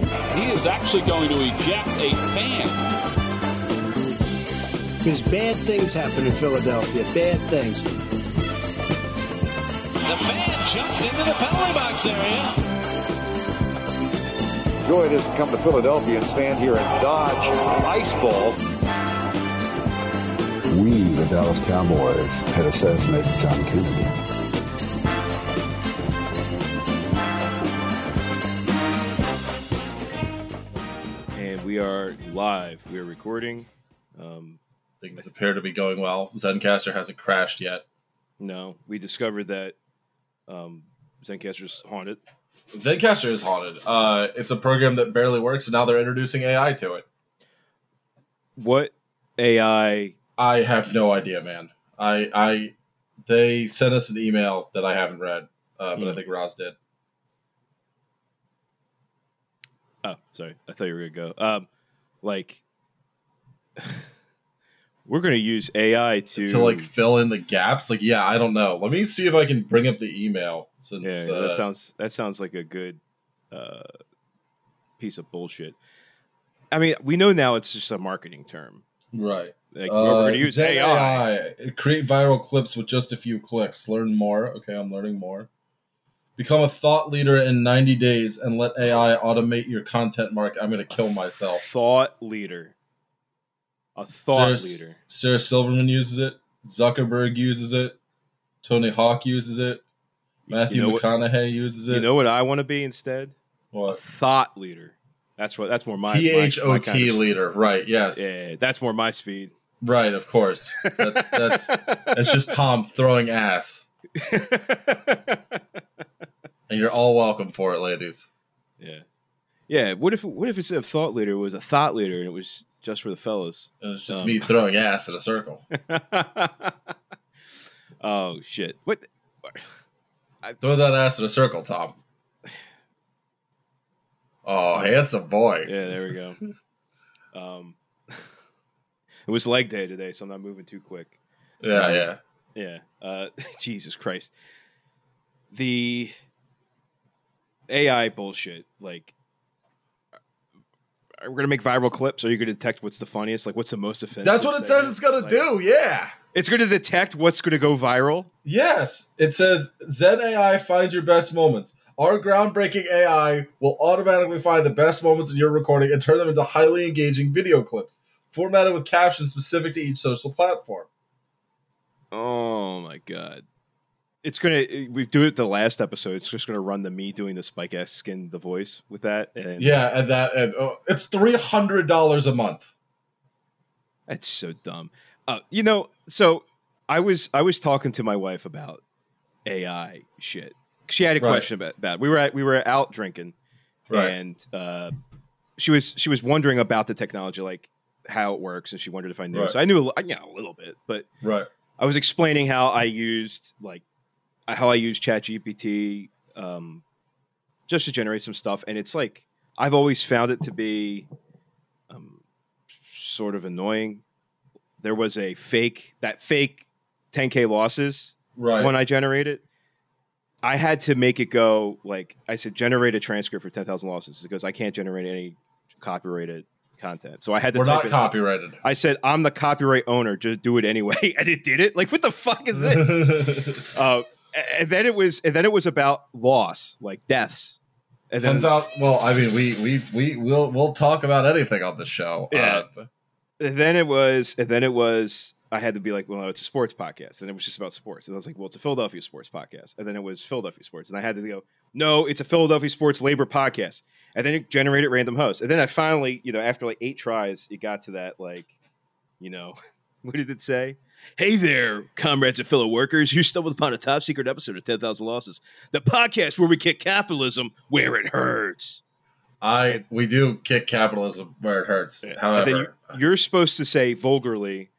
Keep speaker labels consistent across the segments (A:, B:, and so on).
A: is actually going to eject a fan.
B: Because bad things happen in Philadelphia. Bad things.
A: The fan jumped into the penalty box area.
C: joy it is to come to Philadelphia and stand here and dodge ice balls.
D: We, the Dallas Cowboys, had assassinated John Kennedy.
E: and we are live. We are recording. Um,
F: Things appear to be going well. Zencaster hasn't crashed yet.
E: no, we discovered that um, Zencaster's haunted.
F: Zencaster is haunted. Uh, it's a program that barely works, and now they're introducing AI to it.
E: What AI?
F: I have no idea, man. I, I, they sent us an email that I haven't read, uh, but I
E: Hmm.
F: think Roz did.
E: Oh, sorry. I thought you were gonna go. Um, like, we're gonna use AI to,
F: To like fill in the gaps, like yeah, I don't know. Let me see if I can bring up the email
E: Yeah,
F: since
E: that
F: uh,
E: sounds that sounds like a good uh, piece of bullshit. I mean, we know now it's just a marketing term.
F: right.
E: Like we're
F: Uh,
E: gonna use
F: Zen
E: AI.
F: AI. Create viral clips with just a few clicks. Learn more. Okay, I'm learning more. Become a thought leader in 90 days and let AI automate your content, Mark. I'm going to kill myself.
E: Thought leader. A thought
F: Sarah,
E: leader.
F: Sarah Silverman uses it. Zuckerberg uses it. Tony Hawk uses it. Matthew
E: know what-
F: McConaughey uses it.
E: You know what I want to be instead? A
F: what?
E: thought leader. That's what. That's more my my- my
F: T H O
E: kind
F: T
E: of-
F: leader. Right. Yes.
E: Yeah, that's more my speed.
F: Right. Of course. That's that's that's just Tom throwing ass, and you're all welcome for it, ladies.
E: yeah, yeah. What if what if instead of thought leader was a thought leader and it was just for the fellas?
F: It was just
E: Um.
F: me throwing ass in a circle.
E: oh shit! What?
F: Throw that ass in a circle, Tom. Oh, handsome boy.
E: Yeah, there we go. Um, it was leg day today, so I'm not moving too quick.
F: Yeah, yeah.
E: Yeah. Uh, Jesus Christ. The AI bullshit. Like, we're going to make viral clips. Are you going to detect what's the funniest? Like, what's the most offensive?
F: That's what it says
E: thing?
F: it's going
E: Like,
F: to do. Yeah.
E: It's going to detect what's going to go viral.
F: Yes. It says Zen AI finds your best moments. Our groundbreaking AI will automatically find the best moments in your recording and turn them into highly engaging video clips, formatted with captions specific to each social platform.
E: Oh, my God. It's going to, we do it the last episode. It's just going to run the me doing the Spike X skin, the voice with that. And
F: Yeah, and that and, oh, it's $300 a month.
E: That's so dumb. Uh, you know, so I was I was talking to my wife about AI shit. She had a
F: Right.
E: question about that. We were at, we were out drinking,
F: Right.
E: and uh, she was she was wondering about the technology, like how it works, and she wondered if I knew.
F: Right.
E: So I knew a, li- I know a little bit, but
F: Right.
E: I was explaining how I used like how I use ChatGPT um, just to generate some stuff, and it's like I've always found it to be um, sort of annoying. There was a fake that fake 10k losses
F: Right.
E: when I generated. I had to make it go like I said, generate a transcript for 10,000 losses because I can't generate any copyrighted content. So I had to
F: We're
E: type
F: not
E: it.
F: copyrighted.
E: I said, I'm the copyright owner. Just do it anyway. And it did it. Like, what the fuck is this? uh, a- and then it was, and then it was about loss, like deaths. And
F: Ten
E: then,
F: thousand. Well, I mean, we we we will we'll talk about anything on the show.
E: Yeah.
F: Uh,
E: and then it was, and then it was, I had to be like, well, no, it's a sports podcast. And it was just about sports. And I was like, well, it's a Philadelphia sports podcast. And then it was Philadelphia sports. And I had to go, no, it's a Philadelphia sports labor podcast. And then it generated random hosts. And then I finally, you know, after like eight tries, it got to that, like, you know, what did it say? Hey there, comrades and fellow workers. You stumbled upon a top secret episode of 10,000 Losses, the podcast where we kick capitalism where it hurts.
F: I we do kick capitalism where it hurts. However,
E: And then you, you're supposed to say vulgarly,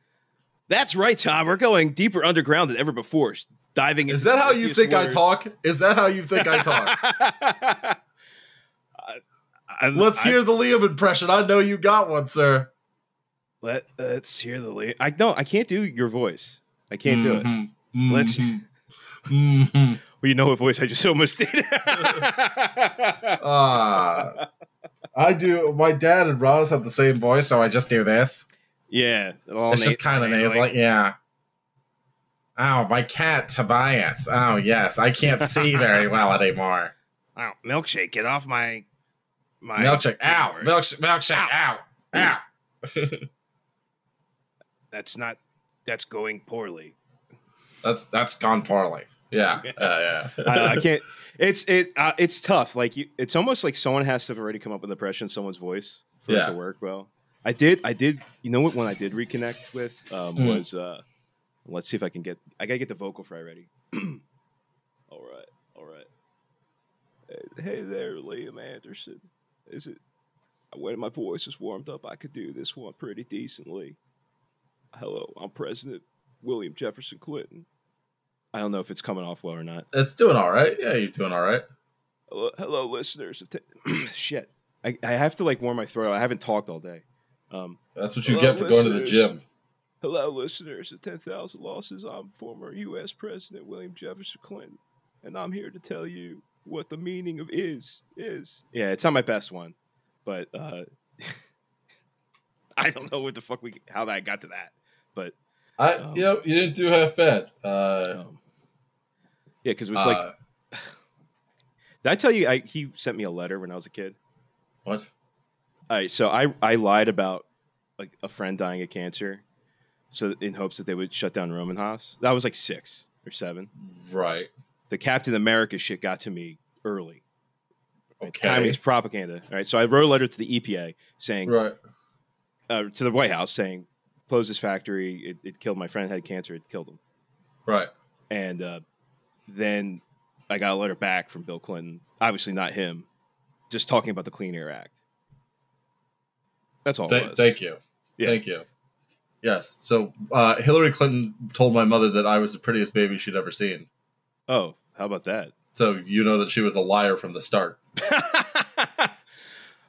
E: That's right, Tom. We're going deeper underground than ever before, diving into
F: is that
E: the
F: how you
E: deepest
F: think I
E: waters."
F: talk? Is that how you think I talk?
E: I- I-
F: Let's
E: I-
F: hear the Liam impression. I know you got one, sir.
E: Let, us hear the. La- I no, I can't do your voice. I can't do it.
F: Mm-hmm.
E: Well, Let's-
F: Mhm.
E: you know what voice I just almost did.
F: Ah, I do. My dad and Roz have the same voice, so I just do this.
E: Yeah, all
F: it's just
E: nasally,
F: kind of nasally. yeah. Oh, my cat Tobias. Oh, yes, I can't see very well anymore.
E: Wow, milkshake, get off my my
F: Milkshake out.
E: keyboard.
F: Milkshake milkshake out. Out.
E: That's not. That's going poorly.
F: That's that's gone poorly. Yeah. Uh, yeah.
E: I, I can't. It's it. Uh, it's tough. Like you, it's almost like someone has to have already come up with an impression of someone's voice for
F: Yeah.
E: it to work well. I did. I did. You know what? One I did reconnect with um,
F: Mm.
E: was. Uh, let's see if I can get. I gotta get the vocal fry ready. all right. All right. Hey- Hey there, Liam Anderson. Is it? When my voice is warmed up, I could do this one pretty decently. Hello, I'm President William Jefferson Clinton. I don't know if it's coming off well or not.
F: It's doing all right. Yeah, you're doing all right.
E: Hello, hello listeners. of Ti- Shit, I, I have to like warm my throat. I haven't talked all day. Um,
F: That's what you
E: Well,
F: get for going to the
E: listeners.
F: gym.
E: hello, listeners of Ten Thousand Losses. I'm former U.S. President William Jefferson Clinton, and I'm here to tell you what the meaning of is is. Yeah, it's not my best one, but uh, I don't know what the fuck we how that I got to that. But
F: I,
E: Um,
F: you know, you didn't do half bad. Uh,
E: um, yeah, because it was
F: uh,
E: like did I tell you I, he sent me a letter when I was a kid.
F: what?
E: All right, so I I lied about like a friend dying of cancer, so in hopes that they would shut down Roman Haas. That was like six or seven.
F: Right.
E: The Captain America shit got to me early.
F: Okay.
E: Communist propaganda. All right, so I wrote a letter to the EPA saying
F: Right.
E: uh, to the White House saying close this factory. It, it killed my friend had cancer. It killed him.
F: Right.
E: And uh, then I got a letter back from Bill Clinton. Obviously not him. Just talking about the Clean Air Act. That's all. it
F: Th-
E: was.
F: thank you.
E: Yeah.
F: Thank you. Yes. So uh, Hillary Clinton told my mother that I was the prettiest baby she'd ever seen.
E: Oh, how about that?
F: So you know that she was a liar from the start.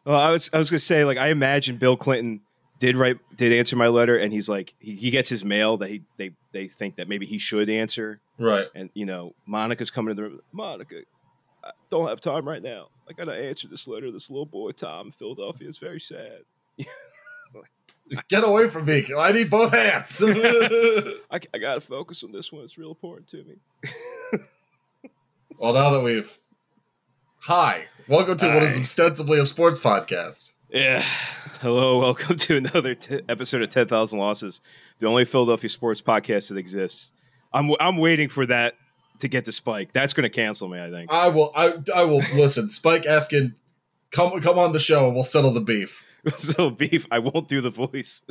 E: well, I was I was gonna say like I imagine Bill Clinton did write did answer my letter, and he's like he, he gets his mail that he they they think that maybe he should answer,
F: Right.
E: and you know Monica's coming to the room. Monica, I don't have time right now. I gotta answer this letter. This little boy Tom in Philadelphia is very sad.
F: Get away from me. I need both hands. well,
E: I, I gotta focus on this one. It's real important to me.
F: now that we've. Hi. Welcome to what is
E: Hi.
F: ostensibly a sports podcast.
E: Yeah. Hello, welcome to another t- episode of 10,000 Losses, the only Philadelphia sports podcast that exists. I'm, I'm waiting for that to get to Spike. That's going to cancel me, I think.
F: I will. I, I will listen. Spike Askin, come come on the show and we'll settle the beef.
E: so, Beef, I won't do the voice.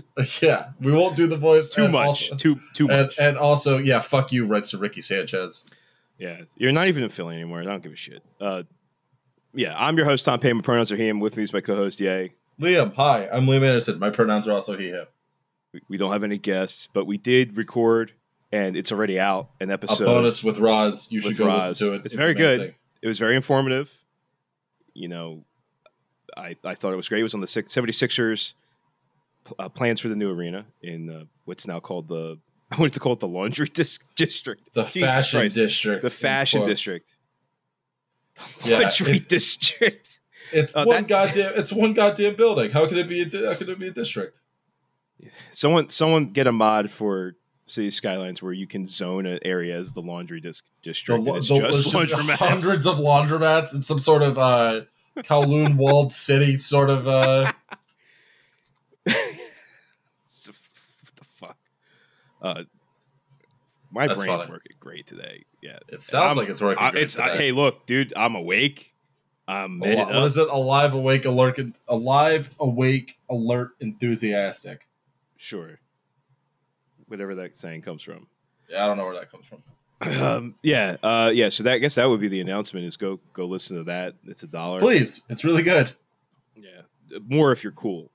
F: Yeah, we won't do the voice
E: Too
F: and
E: much.
F: also- uh,
E: too too
F: and,
E: much.
F: and also, yeah, fuck you, rights to Ricky Sanchez.
E: yeah. You're not even in Philly anymore. I don't give a shit. Uh, yeah, I'm your host, Tom Payne. My pronouns are he. And with me is my co host, Yay.
F: Liam, hi. I'm Liam Anderson. My pronouns are also he, him.
E: We, we don't have any guests, but we did record, and it's already out an
F: A
E: episode.
F: bonus with Roz. You
E: with
F: should go
E: Roz.
F: listen to it.
E: It's very good.
F: amazing.
E: it was very informative. You know, I, I thought it was great. It was on the six- 76ers pl- uh, plans for the new arena in uh, what's now called the I wanted to call it the laundry dis- district,
F: The
E: Jesus
F: fashion
E: Christ.
F: district.
E: the fashion
F: Quote.
E: district, The
F: Yeah,
E: laundry
F: it's-
E: district.
F: It's
E: Uh,
F: one
E: that-
F: goddamn. It's one goddamn building. How could it be? A, di- how could it be a district?
E: Someone someone get a mod for City Skylines where you can zone an area as the laundry dis- district. and
F: lo-
E: it's
F: there's
E: just laundromats.
F: hundreds of laundromats in some sort of uh, Kowloon walled city. Sort of. Uh,
E: It's a f- what the fuck? Uh, my
F: That's
E: brain's
F: funny.
E: working great today. Yeah,
F: it sounds
E: I'm-
F: like it's working.
E: I,
F: great
E: it's I-
F: today.
E: hey, look, dude, I'm awake. I'm
F: Al-
E: made it uh.
F: what
E: up.
F: is it? Alive, awake, alert, en- alive, awake, alert, enthusiastic.
E: Sure, whatever that saying comes from.
F: Yeah, I don't know where that comes from.
E: Um, yeah, uh, yeah. So that I guess that would be the announcement: is go go listen to that. It's a dollar.
F: Please, it's really good.
E: Yeah, more if you're cool,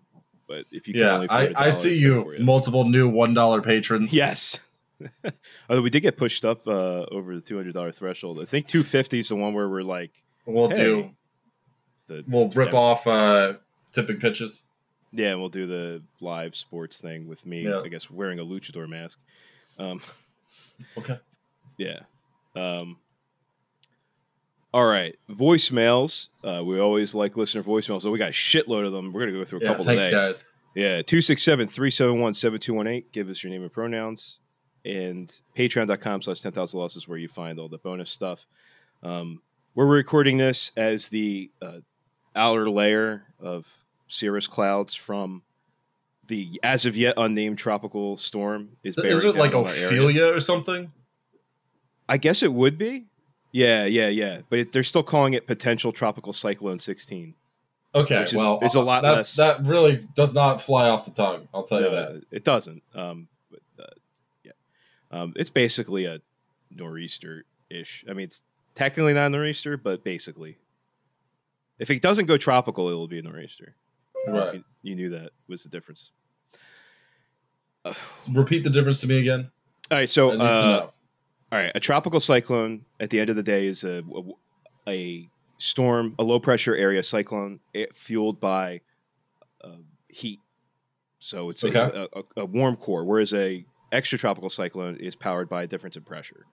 E: but if you can
F: yeah,
E: only afford
F: I,
E: a
F: I
E: dollar,
F: see
E: it's there
F: you,
E: for
F: multiple new one dollar patrons.
E: Yes. Although we did get pushed up uh, over the two hundred dollar threshold. I think two fifty is the one where we're like
F: we'll
E: Hey.
F: do.
E: the
F: We'll rip
E: Yeah.
F: off uh, tipping pitches.
E: Yeah, and we'll do the live sports thing with me,
F: Yeah.
E: I guess, wearing a luchador mask. Um,
F: Okay.
E: yeah. Um, All right, voicemails. Uh, we always like listener voicemails, so we got a shitload of them. We're gonna go through a
F: Yeah,
E: couple
F: thanks,
E: today.
F: guys.
E: Yeah, 267 371 7218. Give us your name and pronouns. And patreon.com slash 10,000 losses where you find all the bonus stuff. Um, we're recording this as the uh, outer layer of cirrus clouds from the as of yet unnamed tropical storm. Is
F: Is
E: bearing
F: it like
E: down on our area.
F: Ophelia or something?
E: I guess it would be. Yeah, yeah, yeah. But it, they're still calling it potential tropical cyclone 16.
F: Okay,
E: Which is-
F: well,
E: is a lot
F: that's,
E: less-
F: That really does not fly off the tongue. I'll tell you
E: No,
F: that.
E: It doesn't. Um, but, uh, yeah, um, it's basically a nor'easter ish. I mean, it's technically not a nor'easter, but basically, if it doesn't go tropical, it'll be a nor'easter. I don't know if
F: Right.
E: You, you knew that was the difference. Ugh.
F: Repeat the difference to me again.
E: all right,
F: I
E: so
F: need to
E: uh,
F: know.
E: all right, a tropical cyclone at the end of the day is a a storm, a low pressure area cyclone eh, fueled by uh, heat. So it's a-
F: Okay.
E: a, a, a warm core, whereas a extratropical cyclone is powered by a difference in pressure.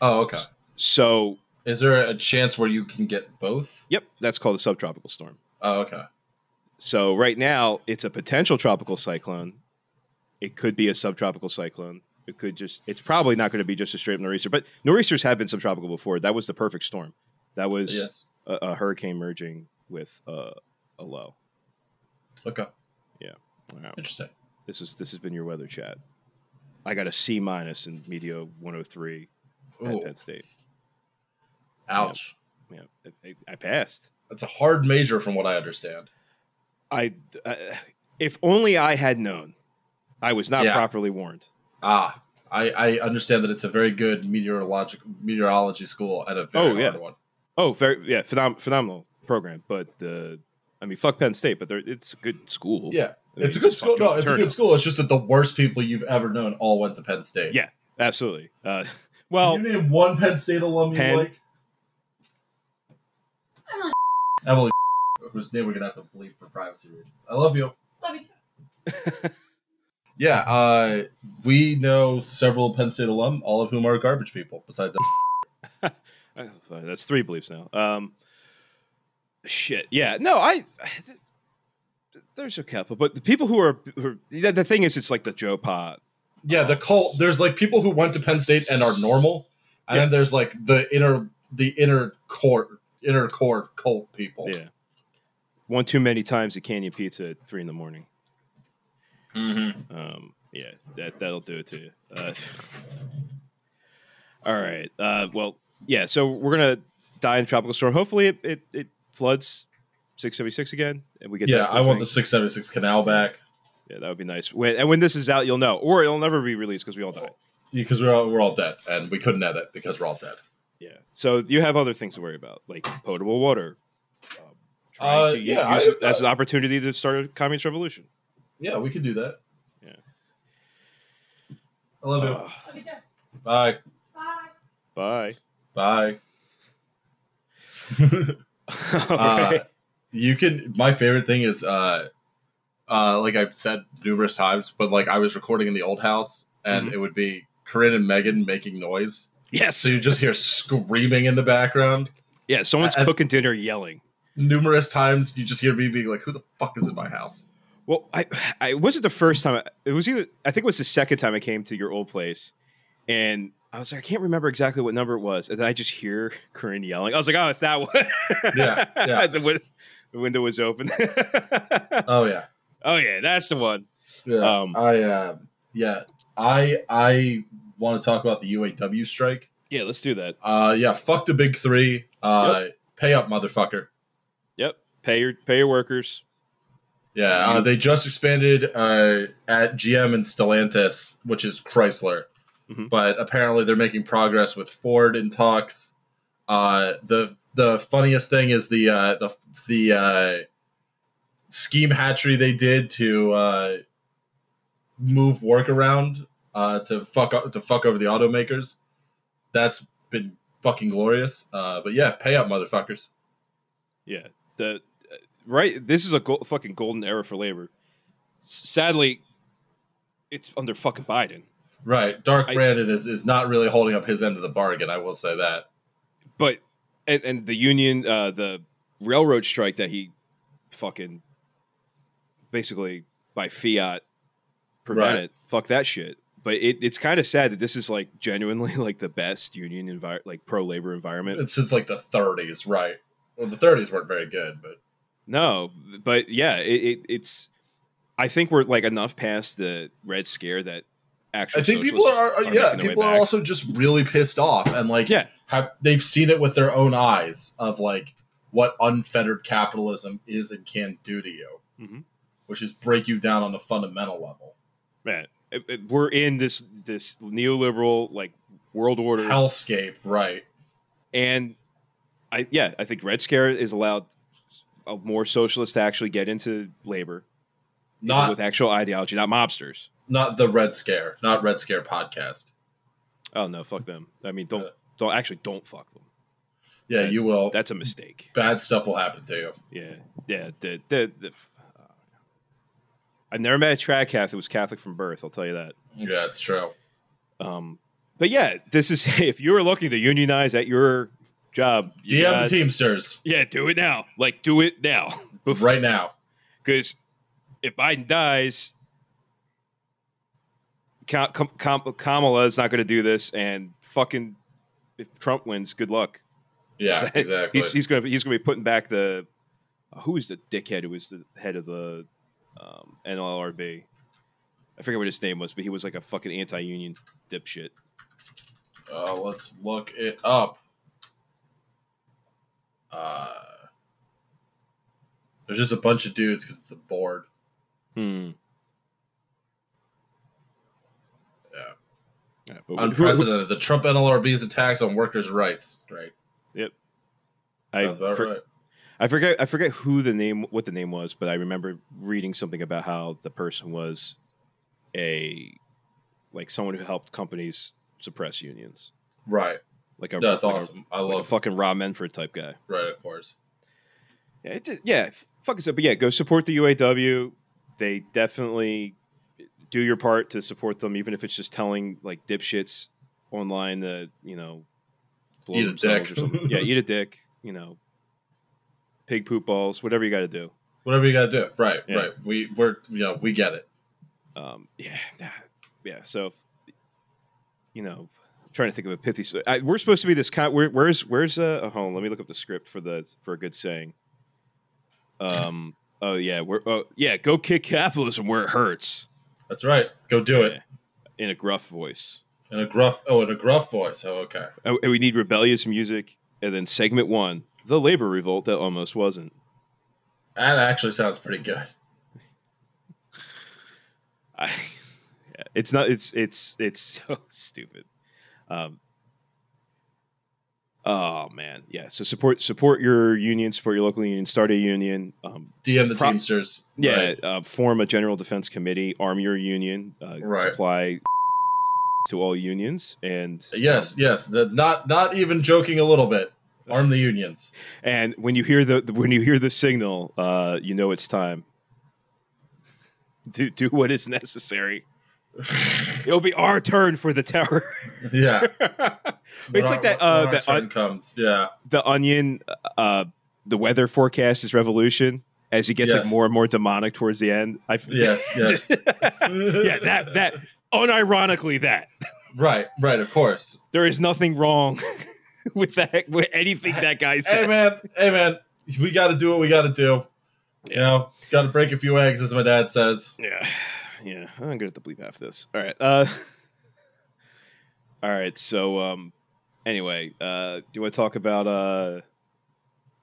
F: Oh, okay.
E: So,
F: Is there a chance where you can get both?
E: yep, that's called a subtropical storm.
F: Oh, okay.
E: So right now, it's a potential tropical cyclone. It could be a subtropical cyclone. It could just. It's probably not going to be just a straight up nor'easter, but nor'easters have been subtropical before. That was the perfect storm. That was
F: Yes.
E: a, a hurricane merging with uh, a low.
F: Okay.
E: Wow.
F: Interesting.
E: This is this has been your weather chat. I got a C minus in Media 103 at
F: Ooh,
E: Penn State.
F: ouch.
E: Yeah, I- I, I passed.
F: That's a hard major from what I understand.
E: I, I if only I had known. I was not
F: Yeah.
E: properly warned.
F: Ah, I, I understand that it's a very good meteorological meteorology school and a very
E: Oh,
F: hard
E: yeah.
F: one.
E: Oh, very yeah, phenom- phenomenal program. But uh, I mean, fuck Penn State, but they're, it's a good school.
F: Yeah.
E: I mean,
F: It's a good
E: just
F: school.
E: fucking
F: No, it's a
E: turn
F: good
E: up.
F: school. It's just that the worst people you've ever known all went to Penn State.
E: Yeah. Absolutely. Uh,
F: Can
E: well,
F: you name one Penn State alum you
E: Penn.
F: like? Emily. whose name we're gonna have to bleep for privacy reasons. I love you.
G: Love you too.
F: Yeah, uh, we know several Penn State alum, all of whom are garbage people. Besides,
E: Uh, That's three beliefs now. Um, shit. Yeah. No, I. There's a couple, but the people who are, who are the the thing is, it's like the Joe Pot.
F: yeah, the cult. There's like people who went to Penn State and are normal, and then there's like the inner, the inner core, inner core cult people.
E: Yeah. One too many times at Canyon Pizza at three in the morning. Um, yeah, that that'll do it to you. Uh, all right. Uh, well, yeah. So we're gonna die in tropical storm. Hopefully, it it, it floods six seventy six again, and we get
F: Yeah,
E: that
F: I want
E: thing.
F: the 676 canal back
E: Yeah, that would be nice. When, and when this is out, you'll know, or it'll never be released because we all died.
F: Oh. because we're all, we're all dead, and we couldn't edit because we're all dead.
E: Yeah. So you have other things to worry about, like potable water. um, Trying
F: Uh,
E: to u-
F: yeah,
E: use
F: I-
E: it as an opportunity to start a communist revolution.
F: Yeah, we could do that.
E: Yeah.
F: I love you.
E: Uh,
G: Love you too.
F: Bye.
G: Bye.
E: bye.
F: Bye.
E: All
F: Uh,
E: right.
F: you can my favorite thing is uh uh like i've said numerous times but like i was recording in the old house and
E: Mm-hmm.
F: it would be corinne and megan making noise
E: Yes.
F: so you just hear screaming in the background
E: yeah. Someone's
F: I-
E: cooking dinner, yelling.
F: numerous times you just hear me being like who the fuck is in my house
E: Well, I, I it wasn't the first time. I- It was either I think it was the second time I came to your old place, and I was like, I can't remember exactly what number it was, and then I just hear Corinne yelling. I was like, oh, it's that one.
F: Yeah, yeah.
E: the, win- the window was open.
F: oh yeah
E: oh yeah, that's the one.
F: yeah
E: Um,
F: i uh, yeah i i want to talk about the uaw strike
E: Yeah, let's do that.
F: uh yeah fuck the big three uh pay up motherfucker
E: Yep. Pay your pay your workers.
F: Yeah, uh, they just expanded uh, at GM and Stellantis, which is Chrysler,
E: Mhm.
F: but apparently they're making progress with Ford in talks. Uh, the the funniest thing is the uh, the the uh, scheme hatchery they did to uh, move work around uh, to fuck o- to fuck over the automakers. That's been fucking glorious. Uh, but yeah, pay up, motherfuckers.
E: Yeah. The uh, right. This is a go- fucking golden era for labor. S- Sadly, it's under fucking Biden.
F: Right, Dark
E: I-
F: Brandon is, is not really holding up his end of the bargain. I will say that.
E: But and, and the union, uh, the railroad strike that he fucking basically by fiat prevented. Fuck that shit. But it, it's kind of sad that this is like genuinely like the best union envir- like pro labor environment
F: It's since like the 30s, right? Well, the 30s weren't very good, but
E: No, but yeah, it, it, it's. I think we're like enough past the Red Scare that actually.
F: I think people are, are yeah, people are also just really pissed off and like
E: Yeah.
F: have they've seen it with their own eyes of like what unfettered capitalism is and can do to you,
E: Mhm.
F: which is break you down on a fundamental level.
E: Man, it- it- we're in this this neoliberal like world order,
F: Hellscape, right?
E: and I yeah, I think Red Scare is allowed uh, more socialists to actually get into labor, people
F: Not
E: with actual ideology, not mobsters.
F: not the Red Scare, not Red Scare podcast.
E: Oh no, fuck them. I mean, don't
F: Yeah.
E: don't actually don't fuck them.
F: Yeah,
E: That-
F: you will.
E: That's a mistake.
F: Bad stuff will happen to you.
E: Yeah, yeah. The, the, the, I've never met a trad Catholic who was Catholic from birth. I'll tell you that.
F: Yeah, it's true.
E: Um, but yeah, this is if you are looking to unionize at your job, you
F: DM
E: got-
F: the Teamsters
E: Yeah, do it now. Like, do it now.
F: right now.
E: Because if Biden dies, Ka- Kam- Kam- Kamala is not going to do this, and fucking if Trump wins, good luck.
F: Yeah,
E: He's-
F: exactly.
E: He's, he's gonna be, he's gonna be putting back the uh, who is the dickhead who was the head of the um, NLRB. I forget what his name was, but he was like a fucking anti-union dipshit.
F: Uh, let's look it up. Uh, there's just a bunch of dudes because it's a board.
E: Hmm.
F: Yeah.
E: Yeah, but who- who-
F: Unprecedented. The Trump NLRB's attacks on workers' rights. Right.
E: I,
F: Sounds about
E: for-
F: right.
E: I forget. I forget who the name, what the name was, but I remember reading something about how the person was a like someone who helped companies suppress unions,
F: Right.
E: like a
F: That's
E: like a-
F: awesome. I
E: like a
F: love.
E: fucking Rob Menford type guy.
F: Right, of course.
E: Yeah, it just, yeah, f- fuck it up. But yeah, go support the UAW. They definitely do your part to support them, even if it's just telling like dipshits online that you know blow
F: Eat a
E: themselves
F: dick.
E: or something. yeah, eat a dick. You know, pig poop balls, whatever you got to do.
F: Whatever you gotta do. Right.
E: Yeah.
F: Right. We we're you know we get it.
E: Um, yeah, that- yeah. So you know, I'm trying to think of a pithy. s- I, we're supposed to be this kind. Where, where's where's uh? Oh, hold on, let me look up the script for the for a good saying. Um. Oh yeah. We're oh yeah. Go kick capitalism where it hurts
F: That's right. Go do it
E: in a gruff voice.
F: in a gruff. Oh, in a gruff voice. Oh, okay.
E: And and we need rebellious music, and then segment one, the labor revolt that almost wasn't.
F: That actually sounds pretty good.
E: I, yeah, it's not. It's it's it's so stupid. Um, oh man, yeah. So support support your union, support your local union, start a union. Um,
F: DM the
E: Pro-
F: Teamsters.
E: yeah,
F: Right.
E: uh, form a general defense committee, arm your union, uh,
F: Right.
E: supply to all unions, and
F: Yes, yes. The, not not even joking a little bit. Arm the unions.
E: and when you hear the when you hear the signal, uh, you know it's time. Do do what is necessary. It'll be our turn for the tower.
F: Yeah.
E: it's like that uh,
F: that
E: the, un-
F: comes. Yeah.
E: the onion uh the weather forecast is revolution as he gets
F: Yes.
E: like more and more demonic towards the end i
F: Yes, yes.
E: yeah that that unironically that
F: Right, right, of course.
E: there is nothing wrong with that with anything that guy says
F: Hey man, hey man, we got to do what we got to do. You know, got to break a few eggs, as my dad says.
E: yeah yeah i'm gonna have to bleep half this all right uh all right so um anyway uh do you want to talk about uh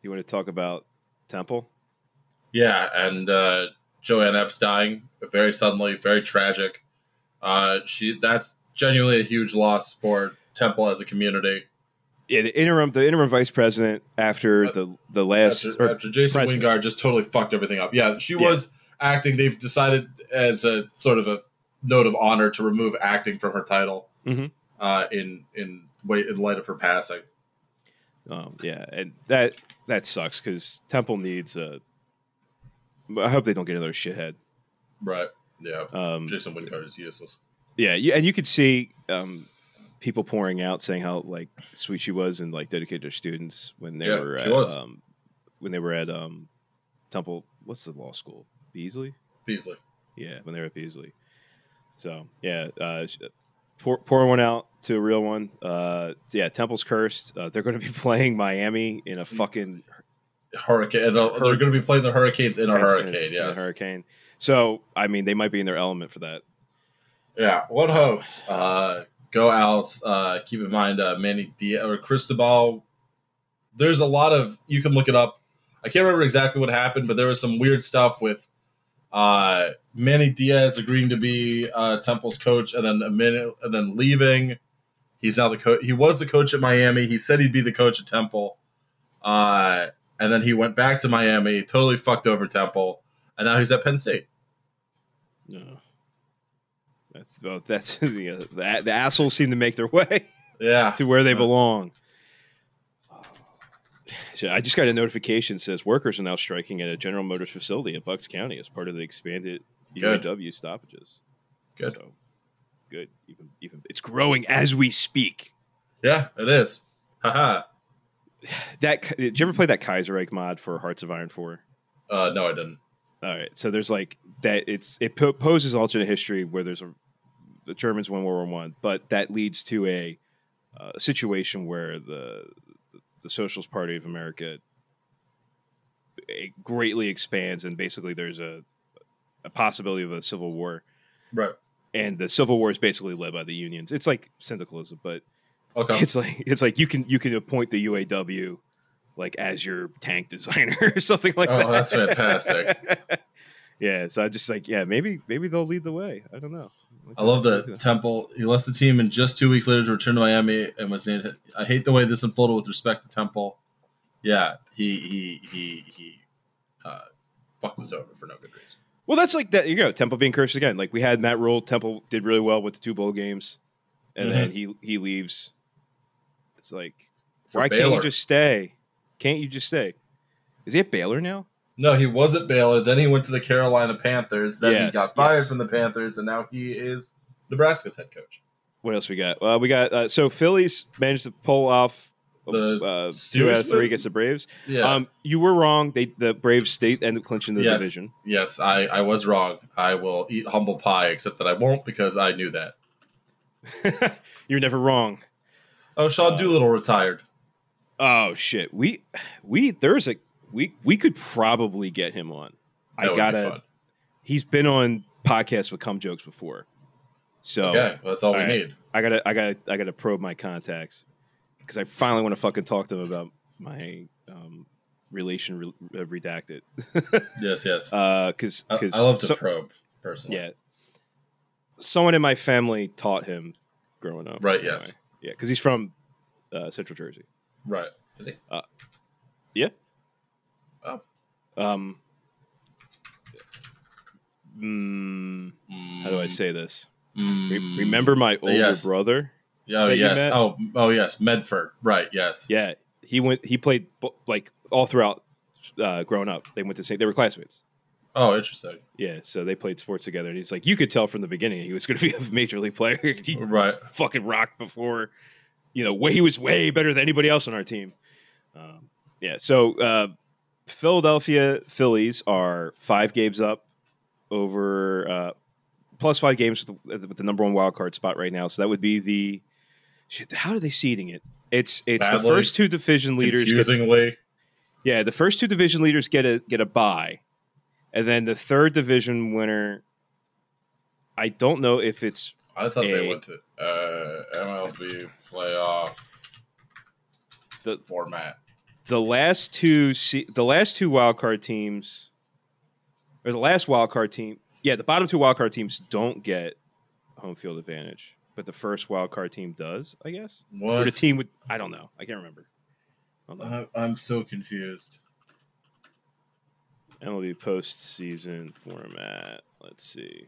E: you want to talk about temple
F: Yeah, and uh, Joanne Epps dying very suddenly, very tragic. Uh, she that's genuinely a huge loss for Temple as a community.
E: yeah, the interim the interim vice president after
F: Uh,
E: the the last
F: after,
E: or-
F: after Jason
E: president.
F: Wingard just totally fucked everything up. Yeah, she
E: Yeah.
F: was acting. They've decided as a sort of a note of honor to remove acting from her title
E: Mhm.
F: uh, in in wait in light of her passing.
E: Um, yeah, and that that sucks because Temple needs a. I hope they don't get another shithead.
F: Right. Yeah.
E: Um,
F: Jason Wingard is useless.
E: yeah, you, and you could see um, people pouring out saying how like sweet she was and like dedicated to students when they
F: Yeah,
E: were
F: she
E: at,
F: was.
E: um when they were at um Temple what's the law school? Beasley?
F: Beasley.
E: Yeah, when they were at Beasley. So yeah, uh, sh- pour, pour one out to a real one. Uh, yeah, Temple's cursed. Uh, they're going to be playing Miami in a fucking
F: Hurricane. and, uh, They're
E: Hurricane.
F: going to be playing the Hurricanes in a hurricane.
E: in a
F: Yes.
E: hurricane. So I mean, they might be in their element for that.
F: Yeah. What hopes? Uh, go Owls. Uh, keep in mind uh, Manny Diaz or Cristobal. There's a lot of you can look it up. I can't remember exactly what happened, but there was some weird stuff with uh, Manny Diaz agreeing to be uh, Temple's coach, and then a minute, and then leaving. He's now the coach. He was the coach at Miami. He said he'd be the coach at Temple, uh, and then he went back to Miami. Totally fucked over Temple, and now he's at Penn State.
E: No. That's well, that's the, uh, the the assholes seem to make their way
F: Yeah.
E: to where they belong. So I just got a notification that says workers are now striking at a General Motors facility at Bucks County as part of the expanded
F: Good.
E: UAW stoppages.
F: Good.
E: So, good. Even even it's growing as we speak.
F: Yeah, it is. Haha.
E: That Ki- did you ever play that Kaiserreich mod for Hearts of Iron Four?
F: Uh, no, I didn't.
E: All right. So there's like that. It's it po- poses alternate history where there's a the Germans win World War One, but that leads to a uh, situation where the the Socialist Party of America it greatly expands, and basically there's a a possibility of a civil war,
F: Right.
E: and the civil war is basically led by the unions. It's like syndicalism, but
F: Okay.
E: it's like it's like you can you can appoint the UAW like as your tank designer or something like
F: Oh,
E: that.
F: that's fantastic.
E: yeah, so I just like yeah, maybe maybe they'll lead the way. I don't know.
F: I love that Temple. He left the team, and just two weeks later, to return to Miami and was named. I hate the way this unfolded with respect to Temple. Yeah, he he he he uh, fucked us over for no good reason.
E: Well, that's like that. You know, Temple being cursed again. Like we had Matt Rule. Temple did really well with the two bowl games, and
F: Mhm.
E: then he he leaves. It's like
F: For
E: why can't
F: Baylor.
E: you just stay? Can't you just stay? Is he at Baylor now?
F: No, he was at Baylor. Then he went to the Carolina Panthers. Then he
E: Yes,
F: got fired
E: yes.
F: from the Panthers, and now he is Nebraska's head coach.
E: What else we got? Uh, we got uh, so Phillies managed to pull off
F: The
E: uh, two
F: Steelers
E: out of three
F: win?
E: against the Braves.
F: Yeah.
E: Um, you were wrong. They the Braves state ended up clinching the
F: Yes.
E: division.
F: yes, I I was wrong. I will eat humble pie, except that I won't because I knew that.
E: You're never wrong.
F: Oh, Sean
E: Uh,
F: Doolittle retired.
E: Oh shit. We we there's a we we could probably get him on.
F: That would
E: I
F: be
E: gotta
F: fun.
E: he's been on podcasts with cum jokes before. So
F: Okay, that's all, we
E: All right.
F: need.
E: I gotta I gotta I gotta probe my contacts because I finally want to fucking talk to him about my um, relation re- uh, redacted
F: Yes, yes.
E: because
F: I,
E: because
F: I love to probe personally.
E: Uh, yeah someone in my family taught him growing up
F: Right,
E: Anyway.
F: yes.
E: yeah because he's from uh, Central Jersey
F: Right. Is he?
E: yeah
F: Oh.
E: um mm, how do I say this Re- remember my older
F: Yes.
E: brother
F: Oh
E: that you
F: Mm, yes.
E: met?
F: Oh oh yes. Medford. Right. Yes.
E: Yeah, he went. He played bo- like all throughout uh, growing up. They went to same. They were classmates.
F: Oh, interesting.
E: Yeah, so they played sports together, and he's like, you could tell from the beginning he was going to be a major league player. he
F: Right.
E: fucking rocked before, you know, way he was way better than anybody else on our team. Um, yeah, so uh, Philadelphia Phillies are five games up over uh, plus five games with the, with the number one wild card spot right now. So that would be the shit. How are they seeding it? It's it's the
F: Badly.
E: first two division leaders. get-
F: Confusingly.
E: yeah, the first two division leaders get a get a bye, and then the third division winner. I don't know if it's
F: I thought
E: Eh.
F: they went to uh, MLB playoff
E: The-
F: format.
E: the last two se- the last two wild card teams, or the last wild card team. Yeah, the bottom two wild card teams don't get home field advantage, but the first wild card team does, I guess. Or
F: What?
E: the team would I don't know. I can't remember. I don't know.
F: I, I'm so confused.
E: MLB postseason format. Let's see.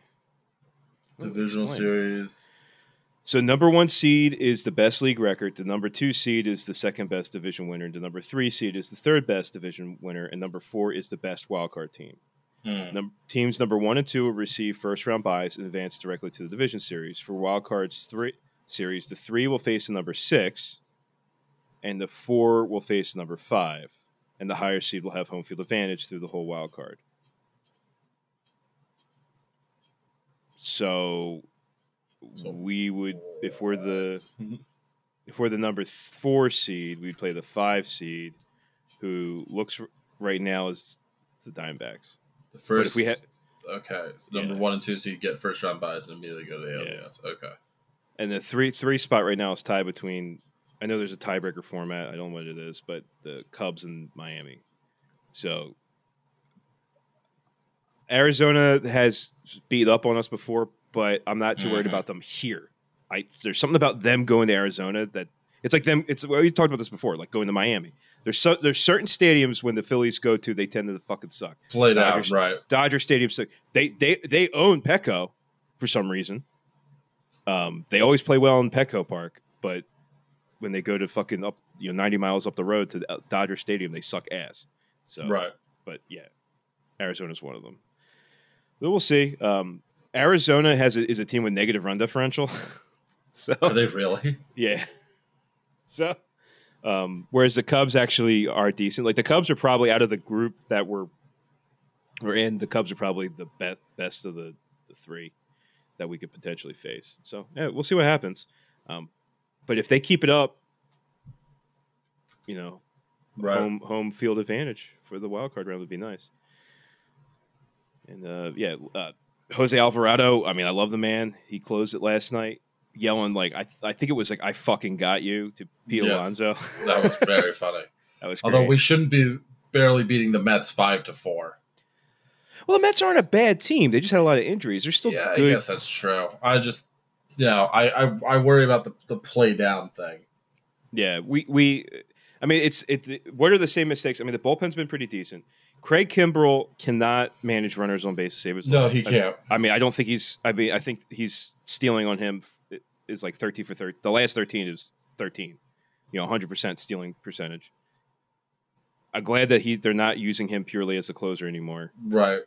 E: Oh,
F: Divisional
E: explain.
F: series.
E: So number one seed is the best league record. The number two seed is the second best division winner. The number three seed is the third best division winner, and number four is the best wildcard team.
F: Hmm.
E: Num- teams number one and two will receive first round buys and advance directly to the division series. For wild cards three series. The three will face the number six, and the four will face the number five, and the higher seed will have home field advantage through the whole wild card. So,
F: So-
E: we would if we're the if we're the number four seed, we play the five seed, who looks r- right now is the Dimebacks.
F: The
E: But
F: first
E: if we had
F: Okay, so number
E: Yeah.
F: one and two, so you get first round buys and immediately go to the
E: Yeah.
F: LDS. Okay,
E: And the three three spot right now is tied between. I know there's a tiebreaker format. I don't know what it is, but the Cubs and Miami. So Arizona has beat up on us before, but I'm not too worried
F: Mhm.
E: about them here. I there's something about them going to Arizona that it's like them. It's we talked about this before, like going to Miami. There's so, there's certain stadiums when the Phillies go to, they tend to fucking suck.
F: played out
E: Dodgers-
F: right.
E: Dodger Stadium. So they they they own Petco for some reason. Um, they always play well in Petco Park, but when they go to fucking up, you know, ninety miles up the road to the uh, Dodger Stadium, they suck ass. So
F: Right.
E: but yeah, Arizona's one of them. But we'll see. Um, Arizona has a, is a team with negative run differential, so
F: Are they really?
E: yeah. So, um, whereas the Cubs actually are decent. Like the Cubs are probably out of the group that we're we're in. The Cubs are probably the best best of the, the three that we could potentially face. So yeah, we'll see what happens. Um, but if they keep it up, you know,
F: Right.
E: home home field advantage for the wild card round would be nice. And uh, yeah, uh, Jose Alvarado. I mean, I love the man. He closed it last night, yelling like I. I think it was like I fucking got you to Pete
F: Yes.
E: Alonso.
F: That was very funny.
E: that was
F: Although
E: great.
F: we shouldn't be barely beating the Mets five to four.
E: well, the Mets aren't a bad team. They just had a lot of injuries. They're still
F: yeah, I
E: good.
F: guess that's true. I just, you know, I, I, I worry about the, the play down thing.
E: Yeah, we we. I mean, it's it. What are the same mistakes? I mean, the bullpen's been pretty decent. Craig Kimbrell cannot manage runners on base to save his
F: No,
E: life.
F: he
E: I-
F: can't.
E: I mean, I don't think he's. I mean, I think he's stealing on him f- is like thirteen for thirty. The last thirteen is thirteen. You know, hundred percent stealing percentage. I'm glad that he they're not using him purely as a closer anymore
F: Right.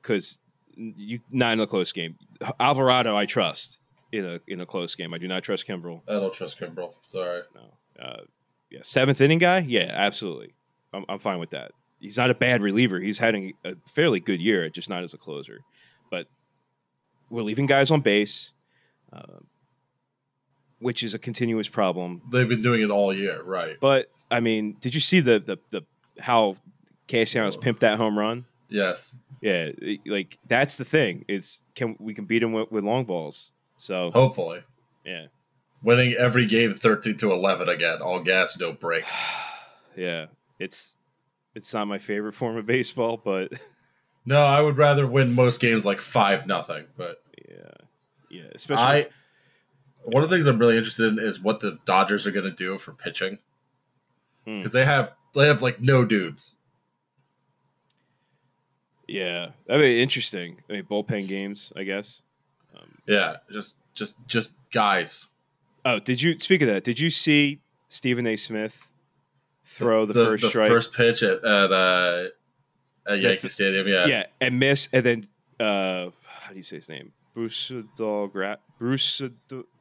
E: because you not in a close game. Alvarado, I trust in a in a close game. I do not trust Kimbrel.
F: I don't trust Kimbrel. Sorry.
E: No. Uh, yeah, seventh inning guy. Yeah, absolutely. I'm, I'm fine with that. He's not a bad reliever. He's having a fairly good year, just not as a closer. But we're leaving guys on base, uh, which is a continuous problem.
F: They've been doing it all year. Right.
E: But I mean, did you see the the, the how Castellanos
F: Oh.
E: pimped that home run?
F: Yes.
E: Yeah, it- like that's the thing. It's can we can beat him with, with long balls. So
F: Hopefully.
E: yeah,
F: Winning every game 13 to 11 again. All gas, no breaks.
E: yeah, it's it's not my favorite form of baseball, but.
F: No, I would rather win most games like 5 nothing, but
E: Yeah, yeah. Especially
F: I one of the things I'm really interested in is what the Dodgers are going to do for pitching
E: Hmm.
F: because they have they have like no dudes.
E: yeah, that'd be interesting. I mean, bullpen games, I guess. Um,
F: Yeah, just just just guys.
E: oh, did you speak of that? Did you see Stephen A. Smith throw Oh, the, first strike?
F: first pitch at at, uh, at Yankee
E: fi-
F: Stadium. Yeah,
E: yeah, and miss, and then uh, how do you say his name? Bruce Dahlgrat. Bruce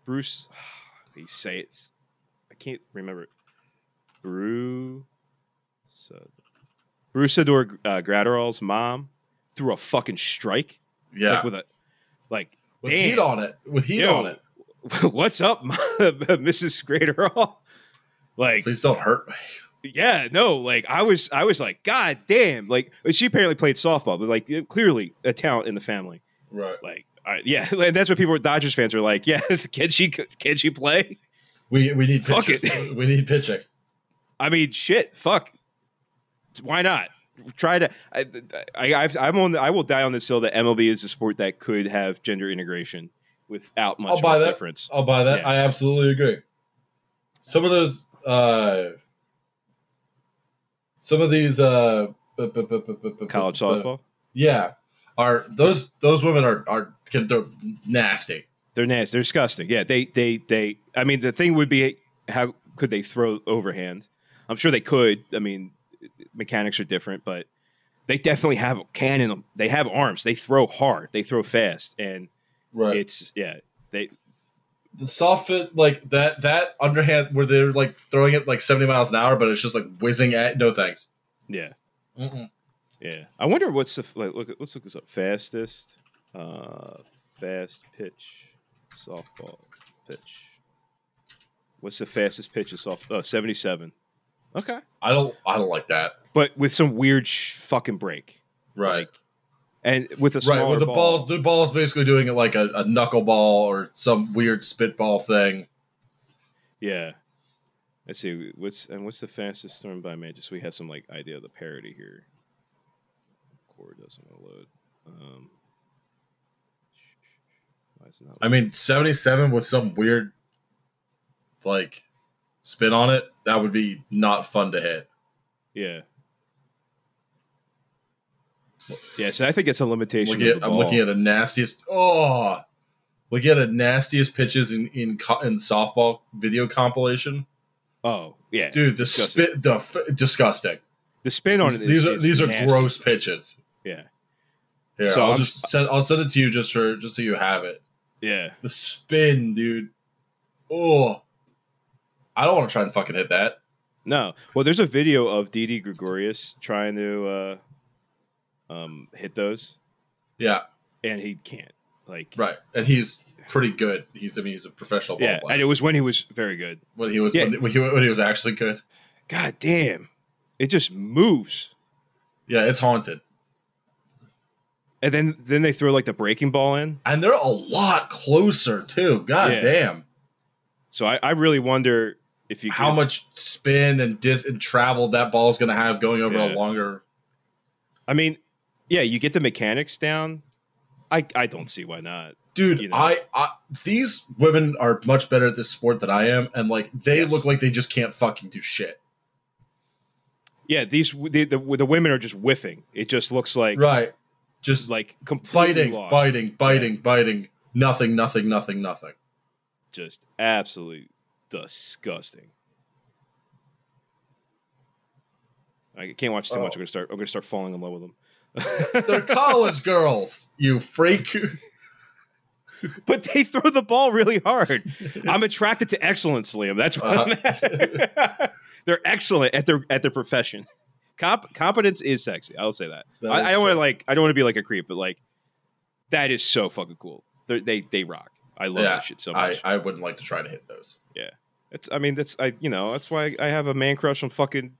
E: Bruce. How do you say it? I can't remember. it. Bruce. Brusador uh, Gratterall's mom threw a fucking strike,
F: yeah,
E: like
F: with,
E: with a, like damn.
F: heat on it. With heat
E: Yo.
F: on it.
E: what's up, Mrs. Graterall? Like,
F: Please don't hurt me.
E: yeah, no, like I was, I was like, God damn, like she apparently played softball, but like clearly a talent in the family.
F: Right.
E: Like, I, yeah, and that's what people, Dodgers fans, are like, yeah, can she, can she play?
F: We we need
E: Fuck
F: pitchers.
E: it.
F: we need pitching.
E: I mean, shit, fuck, why not? Try to. I, I, I've, I'm on. I will die on this hill that MLB is a sport that could have gender integration without much
F: I'll
E: of
F: buy
E: a
F: that.
E: difference.
F: I'll buy that.
E: Yeah.
F: I absolutely agree. Some of those, uh, some of these uh, bu- bu- bu- bu- bu- bu-
E: College
F: bu-
E: softball,
F: yeah, are those those women are are can they're nasty.
E: They're nasty. They're disgusting. Yeah, they they they. I mean, the thing would be how could they throw overhand? I'm sure they could. I mean, mechanics are different, but they definitely have a cannon. They have arms. They throw hard. They throw fast, and
F: Right.
E: it's yeah. They
F: the soft fit like that that underhand where they're like throwing it like 70 miles an hour but it's just like whizzing at no thanks
E: Yeah.
F: Mm-mm.
E: Yeah. I wonder what's the f- like, look. Let's look this up. Fastest, uh, fast pitch softball pitch. What's the fastest pitch of soft? Oh, 77. Okay,
F: i don't i don't like that
E: but with some weird sh- fucking break
F: right
E: and with a smaller
F: right where the
E: ball.
F: balls the ball's basically doing it like a, a knuckleball or some weird spitball thing
E: Yeah. Let's see. What's and what's the fastest thrown by man? Just so we have some like idea of the parity here. Core doesn't want to load. Um, why is it not?
F: i mean 77 with some weird like spin on it that would be not fun to hit
E: Yeah. Yeah, so I think it's a
F: I'm
E: limitation.
F: looking,
E: of
F: at,
E: the
F: I'm
E: ball.
F: looking at the nastiest oh looking at the nastiest pitches in in, co- in softball video compilation
E: Oh, yeah,
F: dude the
E: Disgusting.
F: spit the f- disgusting
E: The spin on it. Is,
F: these are
E: is
F: these are
E: nasty.
F: gross pitches
E: Yeah,
F: here
E: So
F: i'll
E: I'm-
F: just send i'll send it to you just for just so you have it
E: yeah.
F: the spin dude oh i don't want to try and fucking hit that
E: No, well, there's a video of Didi Gregorius trying to uh, um, hit those,
F: yeah
E: and he can't. Like,
F: right and he's pretty good he's i mean he's a professional ball
E: yeah,
F: player
E: and it was when he was very good.
F: when he was
E: yeah.
F: when, he, when he was actually good
E: God damn, it just moves.
F: yeah it's haunted
E: And then then they throw like the breaking ball in.
F: and they're a lot closer too god
E: Yeah.
F: damn
E: So I, I really wonder if you
F: how
E: could-
F: much spin and dis and travel that ball's gonna have going over
E: Yeah.
F: a longer
E: I mean, yeah, you get the mechanics down. I I don't see why not.
F: dude
E: you know?
F: I, I these women are much better at this sport than i am and like they
E: Yes.
F: look like they just can't fucking do shit
E: Yeah, these the, the the women are just whiffing. It just looks like
F: right just like
E: like completely
F: biting
E: lost.
F: biting biting biting nothing nothing nothing nothing
E: just absolutely disgusting. I can't watch too much.
F: Oh.
E: I'm gonna start. I'm gonna start falling in love with them.
F: they're college girls you freak
E: but they throw the ball really hard. I'm attracted to excellence, Liam. That's what I'm
F: Uh-huh.
E: at. They're excellent at their at their profession. Comp- competence is sexy. I'll say that.
F: That
E: I,
F: is
E: I don't want to
F: true.
E: like. I don't want to be like a creep, but like that is so fucking cool. They're, they they rock. I love
F: yeah
E: that shit so
F: I,
E: much.
F: I wouldn't like to try to hit those
E: it's, I mean, that's I you know that's why I have a man crush on fucking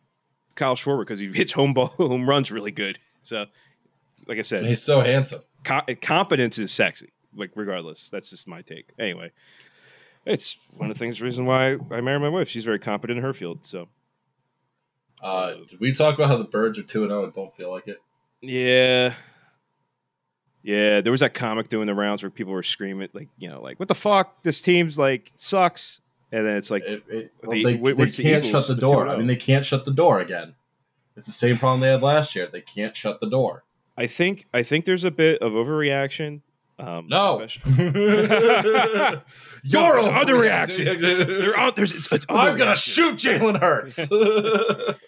E: Kyle Schwarber because he hits home ball home runs really good. So like I said,
F: and he's so handsome
E: co- competence is sexy. Like regardless, that's just my take. Anyway, it's one of the things reason why I married my wife. She's very competent in her field. So
F: uh did we talk about how the birds are 2-0 and oh and don't feel like it
E: yeah, yeah. There was that comic doing the rounds where people were screaming like you know like what the fuck this team's like sucks, and then it's like
F: it, it,
E: The-
F: well, they,
E: what-
F: they
E: what's the
F: can't
E: Eagles?
F: shut the
E: They're
F: door
E: 2-0.
F: i mean they can't shut the door again it's the same problem they had last year they can't shut the door
E: I think I think there's a bit of overreaction. Um,
F: No.
E: especially-
F: You're
E: it's
F: overreacting.
E: There are- there's- it's- it's
F: I'm gonna
E: overreaction.
F: shoot Jalen Hurts.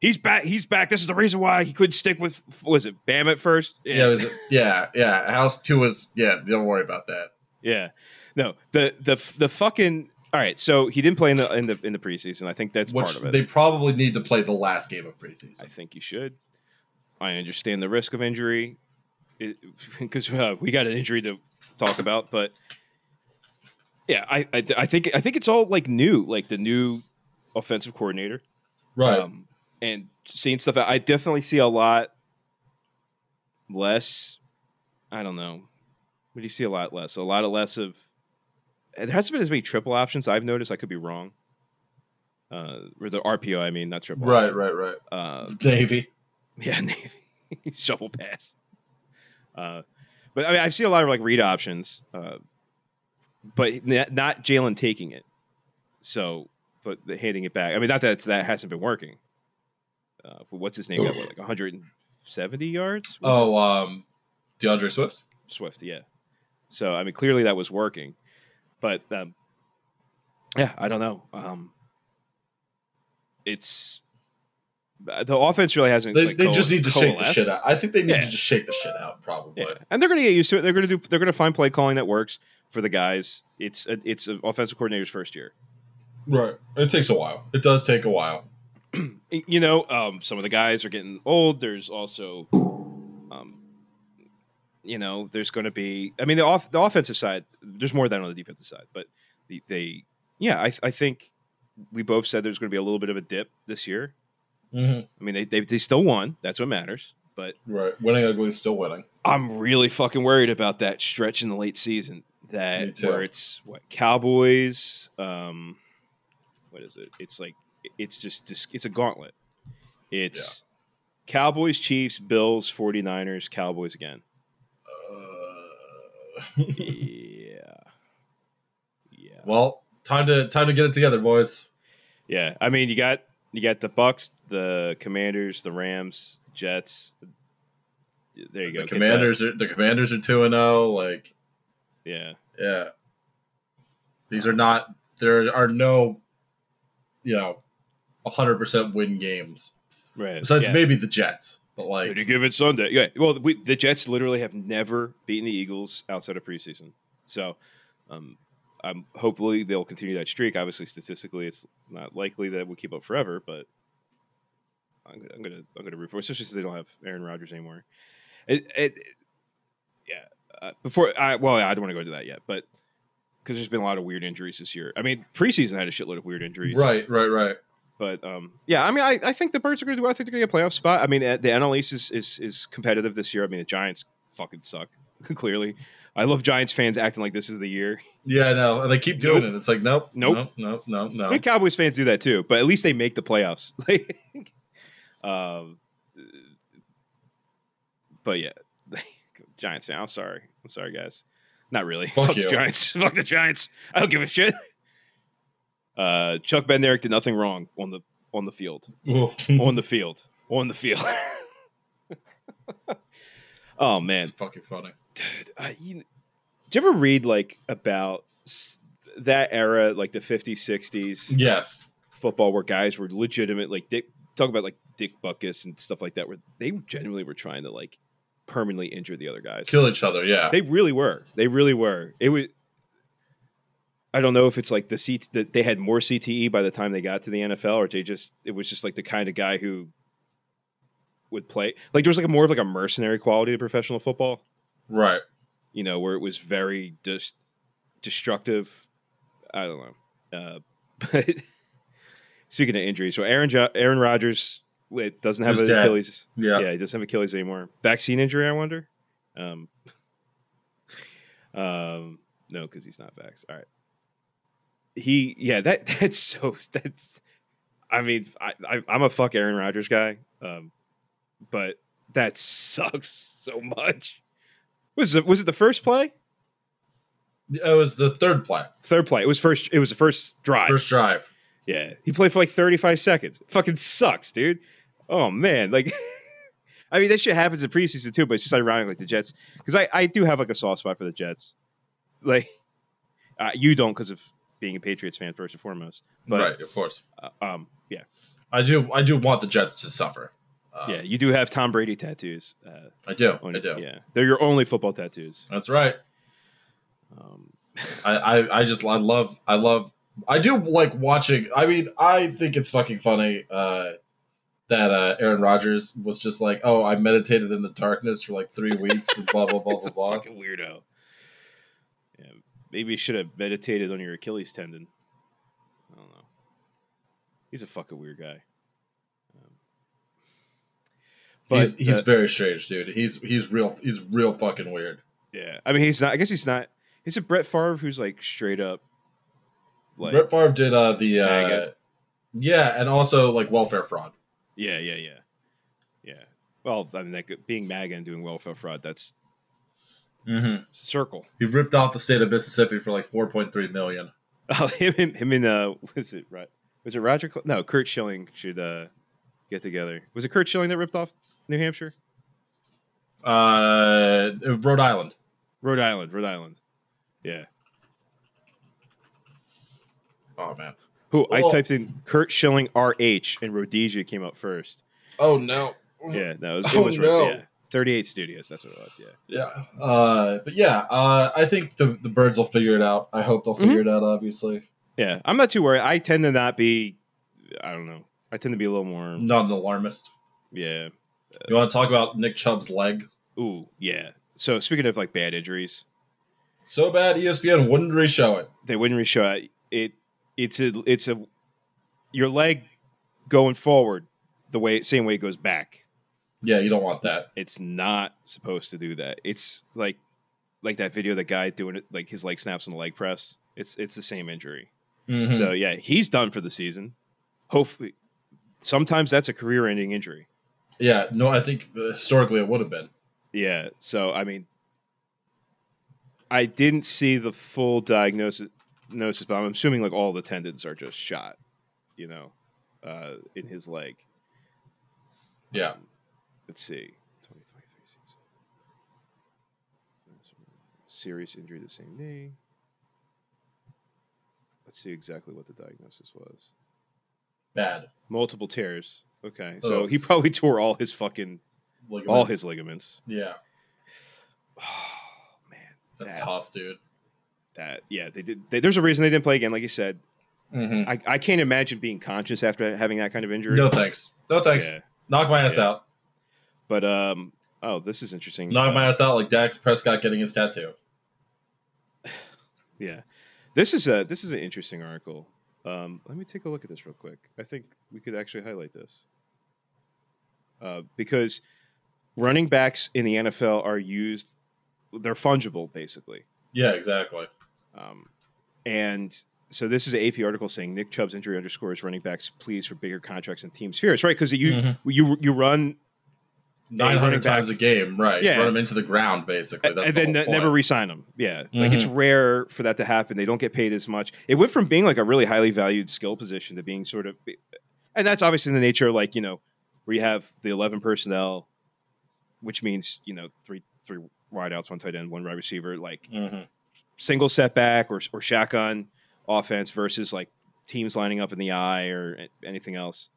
E: He's back. He's back. This is the reason why he couldn't stick with was it Bam at first?
F: yeah, it was, yeah, yeah. House two was yeah. Don't worry about that.
E: Yeah. No. The the the fucking all right. So he didn't play in the in the in the preseason. I think that's
F: Which
E: part of it.
F: they probably need to play the last game of
E: I
F: preseason.
E: think you should. I understand the risk of injury because uh, we got an injury to talk about, but yeah, I, I I think I think it's all like new, like the new offensive coordinator. um, and seeing stuff. I definitely see a lot less. I don't know. What do you see a lot less? A lot of less of. and There hasn't been as many triple options. I've noticed. I could be wrong. Uh, or the RPO. I mean, not triple.
F: right, right, right.
E: Uh,
F: Navy.
E: yeah, Navy shovel pass. Uh, but I mean, I've seen a lot of like read options, uh, but n- not Jalen taking it. So, but the handing it back. I mean, not that it's, that hasn't been working. Uh, but what's his name? Got, what, like 170 yards. Was
F: Oh, um, DeAndre Swift.
E: it Swift, yeah. So I mean, clearly that was working, but um, yeah, I don't know. Um, it's the offense really hasn't.
F: They,
E: like,
F: they
E: coal-
F: just need to shake the
E: coalesced.
F: shit out. I think they need
E: Yeah.
F: to just shake the shit out, probably.
E: Yeah, and they're going to get used to it. They're going to do. They're going to find play calling that works for the guys. It's a, it's an offensive coordinator's first year.
F: Right. It takes a while. It does take a while.
E: You know, um, some of the guys are getting old. There's also, um, you know, there's going to be. I mean, the off the offensive side. There's more than on the defensive side, but the, they, yeah, I I think we both said there's going to be a little bit of a dip this year.
F: Mm-hmm.
E: I mean, they they, they still won. That's what matters. But
F: Right. Winning ugly is still winning.
E: I'm really fucking worried about that stretch in the late season
F: Me
E: that
F: too.
E: where it's what Cowboys, um, what is it? It's like it's just dis- it's a gauntlet. It's Cowboys, Chiefs, Bills, 49ers, Cowboys again.
F: Uh,
E: yeah. Yeah.
F: well, time to time to get it together, boys.
E: Yeah. I mean, you got you got the Bucks, the Commanders, the Rams, Jets. There you go.
F: The
E: Get that.
F: commanders are the commanders are two and zero. Like,
E: Yeah.
F: yeah, these are not. There are no, you know, hundred percent win games
E: Right.
F: besides
E: Yeah.
F: maybe the Jets. But
E: Did you
F: like,
E: give it Sunday? Yeah. Well, we, the Jets literally have never beaten the Eagles outside of preseason. So, um, I'm hopefully they'll continue that streak. Obviously, statistically, it's not likely that we keep up forever, but I'm, I'm gonna I'm gonna root for, it, especially since they don't have Aaron Rodgers anymore. It, it, yeah. Uh, before I well, I don't want to go into that yet, but because there's been a lot of weird injuries this year. I mean, preseason had a shitload of weird injuries,
F: right, right, right.
E: but um, yeah, I mean, I, I think the Birds are going to do. I think they're going to get a playoff spot. I mean, uh, the NL East is, is is competitive this year. I mean, the Giants fucking suck. Clearly, I love Giants fans acting like this is the year.
F: Yeah, no, and they keep doing
E: Nope.
F: it. It's like, nope,
E: Nope.
F: nope, nope,
E: I
F: nope,
E: mean,
F: nope.
E: Cowboys fans do that too, but at least they make the playoffs. Like, um, but yeah, Giants fan. I'm sorry. I'm sorry, guys. Not really.
F: Fuck
E: the
F: you.
E: Giants. Fuck the Giants. I don't give a shit. Uh, Chuck Ben Eric did nothing wrong on the on the field.
F: Ooh.
E: on the field. On the field. oh man,
F: It's fucking funny.
E: Dude, I, you, do you ever read like about s- that era, like the 50s, 60s
F: Yes.
E: football, where guys were legitimate, like they talk about like Dick Buckus and stuff like that, where they genuinely were trying to like permanently injure the other guys.
F: Kill each other, yeah.
E: They really were. They really were. It was. I don't know if it's like the seats that they had more CTE by the time they got to the NFL, or they just it was just like the kind of guy who would play. Like there was like a more of like a mercenary quality to professional football,
F: Right.
E: you know, where it was very just destructive. I don't know. Uh, but speaking of injuries, so Aaron jo- Aaron Rodgers wait, doesn't have
F: He's
E: an
F: dead.
E: Achilles.
F: Yeah.
E: Yeah, he doesn't have Achilles anymore. Vaccine injury, I wonder. Um, um no, because he's not vax. All right. He, yeah, that that's so that's. I mean, I, I I'm a fuck Aaron Rodgers guy, um, but that sucks so much. Was it was it the first play?
F: It was the third play,
E: Third play. It was first. It was the first drive.
F: first drive.
E: Yeah, he played for like 35 seconds. Fucking sucks, dude. Oh man, like, I mean, that shit happens in preseason too, but it's just ironic, like the Jets, because I I do have like a soft spot for the Jets. Like, uh, you don't because of being a Patriots fan first and foremost, but
F: right, of course.
E: uh, um, yeah,
F: I do I do want the Jets to suffer. Uh,
E: yeah, you do have Tom Brady tattoos. Uh,
F: I do.
E: on-
F: I do.
E: Yeah, they're your only football tattoos.
F: That's right.
E: Um,
F: I, I I just I love I love I do like watching. I mean, I think it's fucking funny uh, that uh, Aaron Rodgers was just like, "Oh, I meditated in the darkness for like three weeks and blah blah blah
E: it's
F: blah
E: a
F: blah."
E: fucking weirdo. Yeah, maybe you should have meditated on your Achilles tendon. I don't know. He's a fucking weird guy. Um, but
F: he's he's
E: uh,
F: very strange, dude. He's he's real he's real fucking weird.
E: yeah. I mean, he's not. I guess he's not. He's a Brett Favre who's like straight up, like
F: Brett Favre did uh, the uh,
E: Maggot.
F: yeah, and also like welfare fraud.
E: yeah, yeah, yeah, yeah. Well, I mean, that could, being MAGA and doing welfare fraud—that's
F: Mm-hmm.
E: circle.
F: He ripped off the state of Mississippi for like 4.3 million.
E: Oh, him, him, him and uh, was it right? Was it Roger? Cl- no, Kurt Schilling should uh, get together. Was it Kurt Schilling that ripped off New Hampshire,
F: Uh, Rhode Island.
E: Rhode Island, Rhode Island? Yeah.
F: Oh man.
E: Who I
F: Oh.
E: Oh, typed in Kurt Schilling R H and Rhodesia came up first.
F: Oh no.
E: Yeah, no, it was, it
F: Oh,
E: was
F: no.
E: yeah. 38 Studios. That's what it was. Yeah.
F: Yeah. Uh, but yeah, uh, I think the the birds will figure it out. I hope they'll figure it out. Obviously,
E: Yeah. I'm not too worried. I tend to not be, I don't know. I tend to be a little more,
F: not an alarmist.
E: yeah.
F: You want to talk about Nick Chubb's leg?
E: Ooh, yeah. So speaking of like bad injuries,
F: So bad, E ESPN wouldn't reshow it.
E: they wouldn't reshow it. it it's a, it's a, your leg going forward the way, same way it goes back.
F: Yeah, you don't want that.
E: It's not supposed to do that. It's like, like that video, of the guy doing it, like his leg snaps on the leg press. It's, it's the same injury.
F: Mhm.
E: So yeah, he's done for the season. Hopefully, sometimes that's a career-ending injury.
F: yeah, no, I think uh, historically it would have been.
E: Yeah. So I mean, I didn't see the full diagnosis, diagnosis, but I'm assuming like all the tendons are just shot, you know, uh, in his leg.
F: Yeah.
E: Let's see. 2023 season. Serious injury to the same knee. Let's see exactly what the diagnosis was.
F: bad.
E: Multiple tears. Okay.
F: Oh.
E: So he probably tore all his fucking all
F: ligaments.
E: his ligaments.
F: yeah,
E: Oh man.
F: that's
E: That-
F: tough, dude.
E: That yeah, they did they, there's a reason they didn't play again, like you said.
F: Mhm.
E: I, I can't imagine being conscious after having that kind of injury.
F: No thanks. No thanks.
E: Yeah.
F: Knock my ass
E: Yeah.
F: out.
E: But um oh this is interesting.
F: Knock
E: Uh,
F: my ass out like Dax Prescott getting his tattoo.
E: Yeah. This is a this is an interesting article. Um, let me take a look at this real quick. I think we could actually highlight this. Uh, because running backs in the NFL are used they're fungible basically.
F: Yeah, exactly.
E: Um, and so this is an AP article saying Nick Chubb's injury underscores running backs pleas for bigger contracts and teams' fears, right? Because Mm-hmm. you
F: Mhm.
E: you you run
F: Nine
E: running
F: hundred
E: back-
F: times a game, right?
E: Yeah.
F: Run him into the ground, basically. That's
E: and
F: the
E: then
F: whole
E: ne- never
F: point.
E: re-sign them. Yeah, like it's rare for that to happen. They don't get paid as much. It went from being like a really highly valued skill position to being sort of, and that's obviously in the nature of like you know where you have the eleven personnel, which means you know three three wideouts, one tight end, one wide receiver, like
F: Mhm.
E: single setback or or shotgun offense versus like teams lining up in the eye or anything else.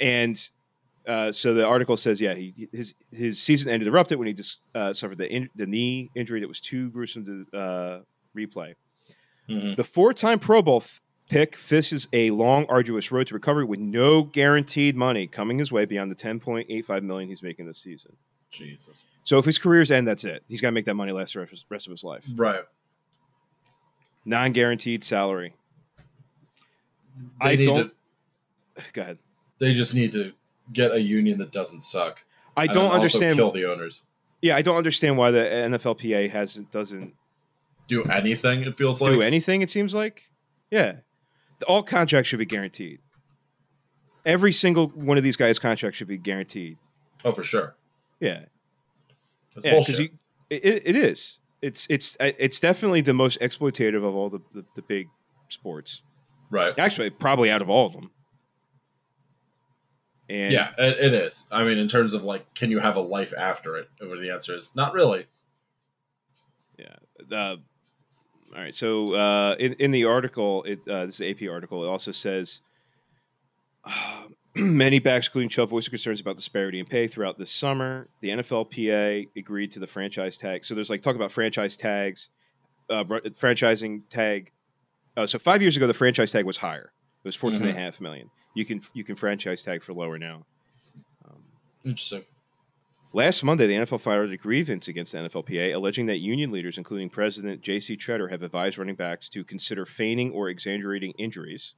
E: And uh, so the article says, yeah, he, his his season ended erupted when he just uh, suffered the in, the knee injury that was too gruesome to uh, replay.
F: Mhm.
E: The four time Pro Bowl f- pick faces a long, arduous road to recovery with no guaranteed money coming his way beyond the ten point eight five million he's making this season.
F: Jesus.
E: So if his career's end, that's it. He's got to make that money last the rest of his- rest of his life.
F: Right.
E: Non guaranteed salary.
F: They
E: I
F: need
E: don't.
F: to.
E: Go ahead.
F: They just need to get a union that doesn't suck.
E: I
F: and
E: don't
F: then also
E: understand.
F: Kill the owners.
E: Yeah, I don't understand why the NFLPA hasn't doesn't
F: Do anything. It feels like.
E: do anything. It seems like, yeah, all contracts should be guaranteed. Every single one of these guys' contracts should be guaranteed.
F: Oh, for sure.
E: Yeah,
F: That's
E: yeah,
F: bullshit.
E: because it, it it is. It's it's uh, it's definitely the most exploitative of all the, the, the big sports.
F: right.
E: Actually, probably out of all of them. And
F: yeah, it, it is. I mean, in terms of like, can you have a life after it? And the answer is not really.
E: uh, all right. So uh, in in the article, it uh, this AP article, it also says uh, many backs, including Chubb, voiced concerns about disparity in pay throughout this summer. The NFLPA agreed to the franchise tag. So there's like talk about franchise tags, uh, fr- franchising tag. Uh, so five years ago, the franchise tag was higher. It was fourteen and a half million. You can you can franchise tag for lower now. Um,
F: Interesting.
E: Last Monday, the NFL filed a grievance against the NFLPA, alleging that union leaders, including President J.C. Treader, have advised running backs to consider feigning or exaggerating injuries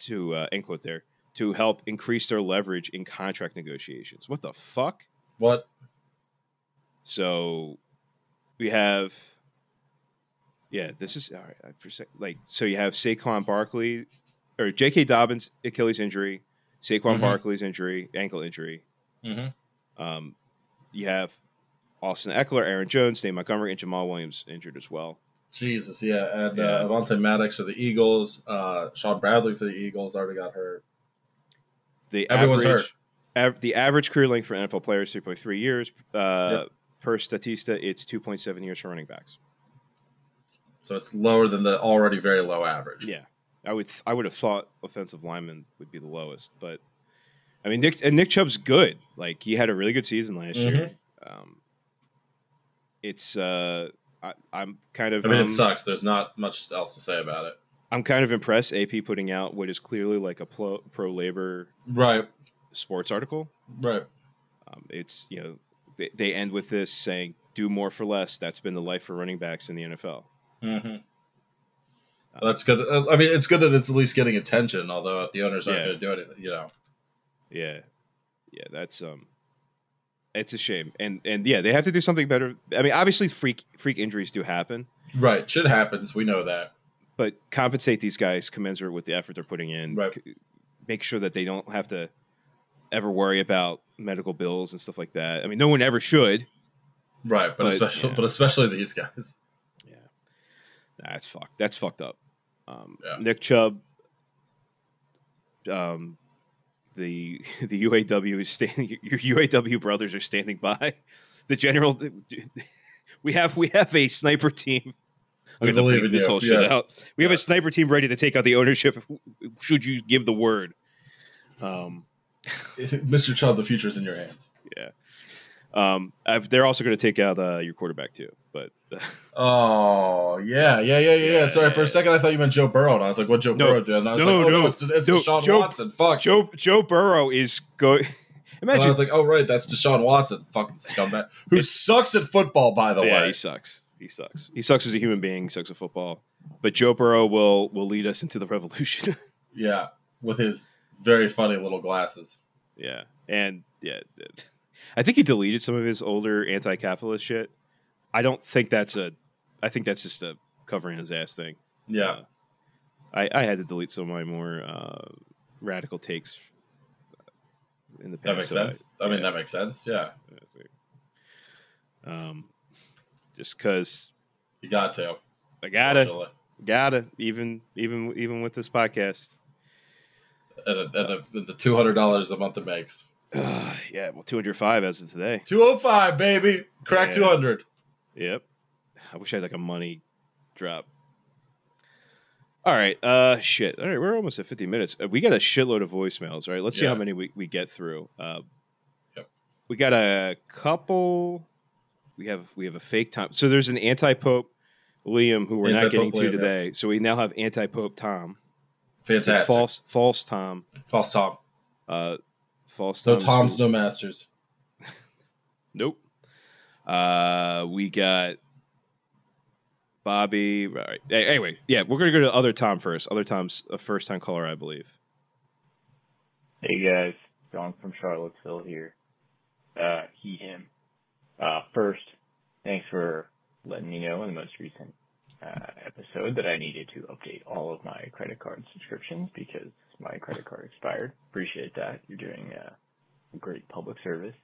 E: to uh, end quote there to help increase their leverage in contract negotiations. What the fuck?
F: What?
E: So we have, yeah, this is all right. I- For sec, like, so you have Saquon Barkley or J.K. Dobbins Achilles injury, Saquon
F: Mhm.
E: Barkley's injury, ankle injury.
F: Mm-hmm.
E: Um, you have Austin Eckler, Aaron Jones, Dave Montgomery, and Jamal Williams injured as well.
F: Jesus, yeah. And
E: Yeah.
F: Uh, Avante Maddox for the Eagles. Uh, Sean Bradley for the Eagles already got hurt.
E: The
F: Everyone's
E: average, av- the average career length for NFL players three point three years. Uh, Per Statista, it's two point seven years for running backs.
F: So it's lower than the already very low average.
E: Yeah, I would th- I would have thought offensive linemen would be the lowest, but I mean, Nick and Nick Chubb's good. Like he had a really good season last year.
F: Mm-hmm.
E: Um, it's uh, I, I'm kind of
F: I mean,
E: um,
F: it sucks. There's not much else to say about it.
E: I'm kind of impressed. AP putting out what is clearly like a pro pro labor
F: Right,
E: sports article.
F: right.
E: Um, it's you know they, they end with this saying do more for less. That's been the life for running backs in the NFL.
F: Mm-hmm. That's good. Uh, I mean, it's good that it's at least getting attention. Although if the owners aren't
E: Yeah.
F: going to do anything, you know.
E: Yeah, yeah, that's um, it's a shame, and and yeah, they have to do something better. I mean, obviously, freak freak injuries do happen,
F: Right, shit happens. We know that.
E: but compensate these guys commensurate with the effort they're putting in.
F: Right.
E: C- Make sure that they don't have to ever worry about medical bills and stuff like that. I mean, no one ever should.
F: Right, but,
E: But,
F: especially
E: yeah.
F: but especially these guys.
E: That's fucked. That's fucked up. Um,
F: Yeah.
E: Nick Chubb, um, the the UAW is standing. Your UAW brothers are standing by. The general, we have we have a sniper team.
F: We
E: gonna
F: believe
E: bleep
F: in
E: this
F: you.
E: whole shit
F: Yes.
E: out. We have a sniper team ready to take out the ownership. Should you give the word? Um,
F: Mr. Chubb, the future's in your hands.
E: um, I've, they're also going to take out uh, your quarterback too. But
F: Oh yeah, yeah, yeah, yeah. yeah. Sorry, for a second I thought you meant Joe Burrow, and I was like, "What Joe
E: No.
F: Burrow did?" And I was
E: No,
F: like, "Oh no,
E: no.
F: it's, just, it's
E: No,
F: Deshaun
E: Joe-
F: Watson." Fuck.
E: Joe Joe Burrow is going.
F: and I
E: Imagine
F: was like, "Oh right, that's Deshaun Watson, fucking scumbag, who sucks at football, by the
E: yeah,
F: way."
E: he sucks. He sucks. He sucks as a human being. He sucks at football. But Joe Burrow will will lead us into the revolution.
F: Yeah, with his very funny little glasses.
E: yeah, and yeah, th- I think he deleted some of his older anti-capitalist shit. I don't think that's a. I think that's just a covering his ass thing.
F: Yeah,
E: I, I had to delete some of my more uh, radical takes in the past.
F: that makes
E: so I-
F: sense. I mean, that makes sense. Yeah,
E: um, just because
F: you got to.
E: I gotta,
F: unfortunately.
E: gotta, even even even with this podcast.
F: And, and the, the two hundred dollars a month it makes.
E: Uh, yeah, well, 205 as of today.
F: Two hundred five, baby. Crack
E: Yeah.
F: two hundred.
E: Yep. I wish I had like a money drop. All right. Uh, shit. All right. We're almost at 50 minutes. Uh, We got a shitload of voicemails. All right. Let's see how
F: Yeah.
E: many we, we get through. Uh,
F: Yep.
E: we got a couple. We have, we have a fake Tom. So there's an anti Pope Liam who we're not getting
F: Anti-Pope
E: to
F: Liam, yeah.
E: today. So we now have anti Pope Tom,
F: Fantastic. False,
E: false, false Tom,
F: Tom.
E: uh, false Tom.
F: No Toms, no masters.
E: Nope. Uh, we got Bobby. All right. A- Anyway, yeah, we're gonna go to other Tom first. Other Tom's a first time caller, I believe.
G: Hey guys, John from Charlottesville here. Uh, he, him. Uh, first, thanks for letting me know in the most recent uh, episode that I needed to update all of my credit card subscriptions because my credit card expired. Appreciate that. You're doing uh, a great public service.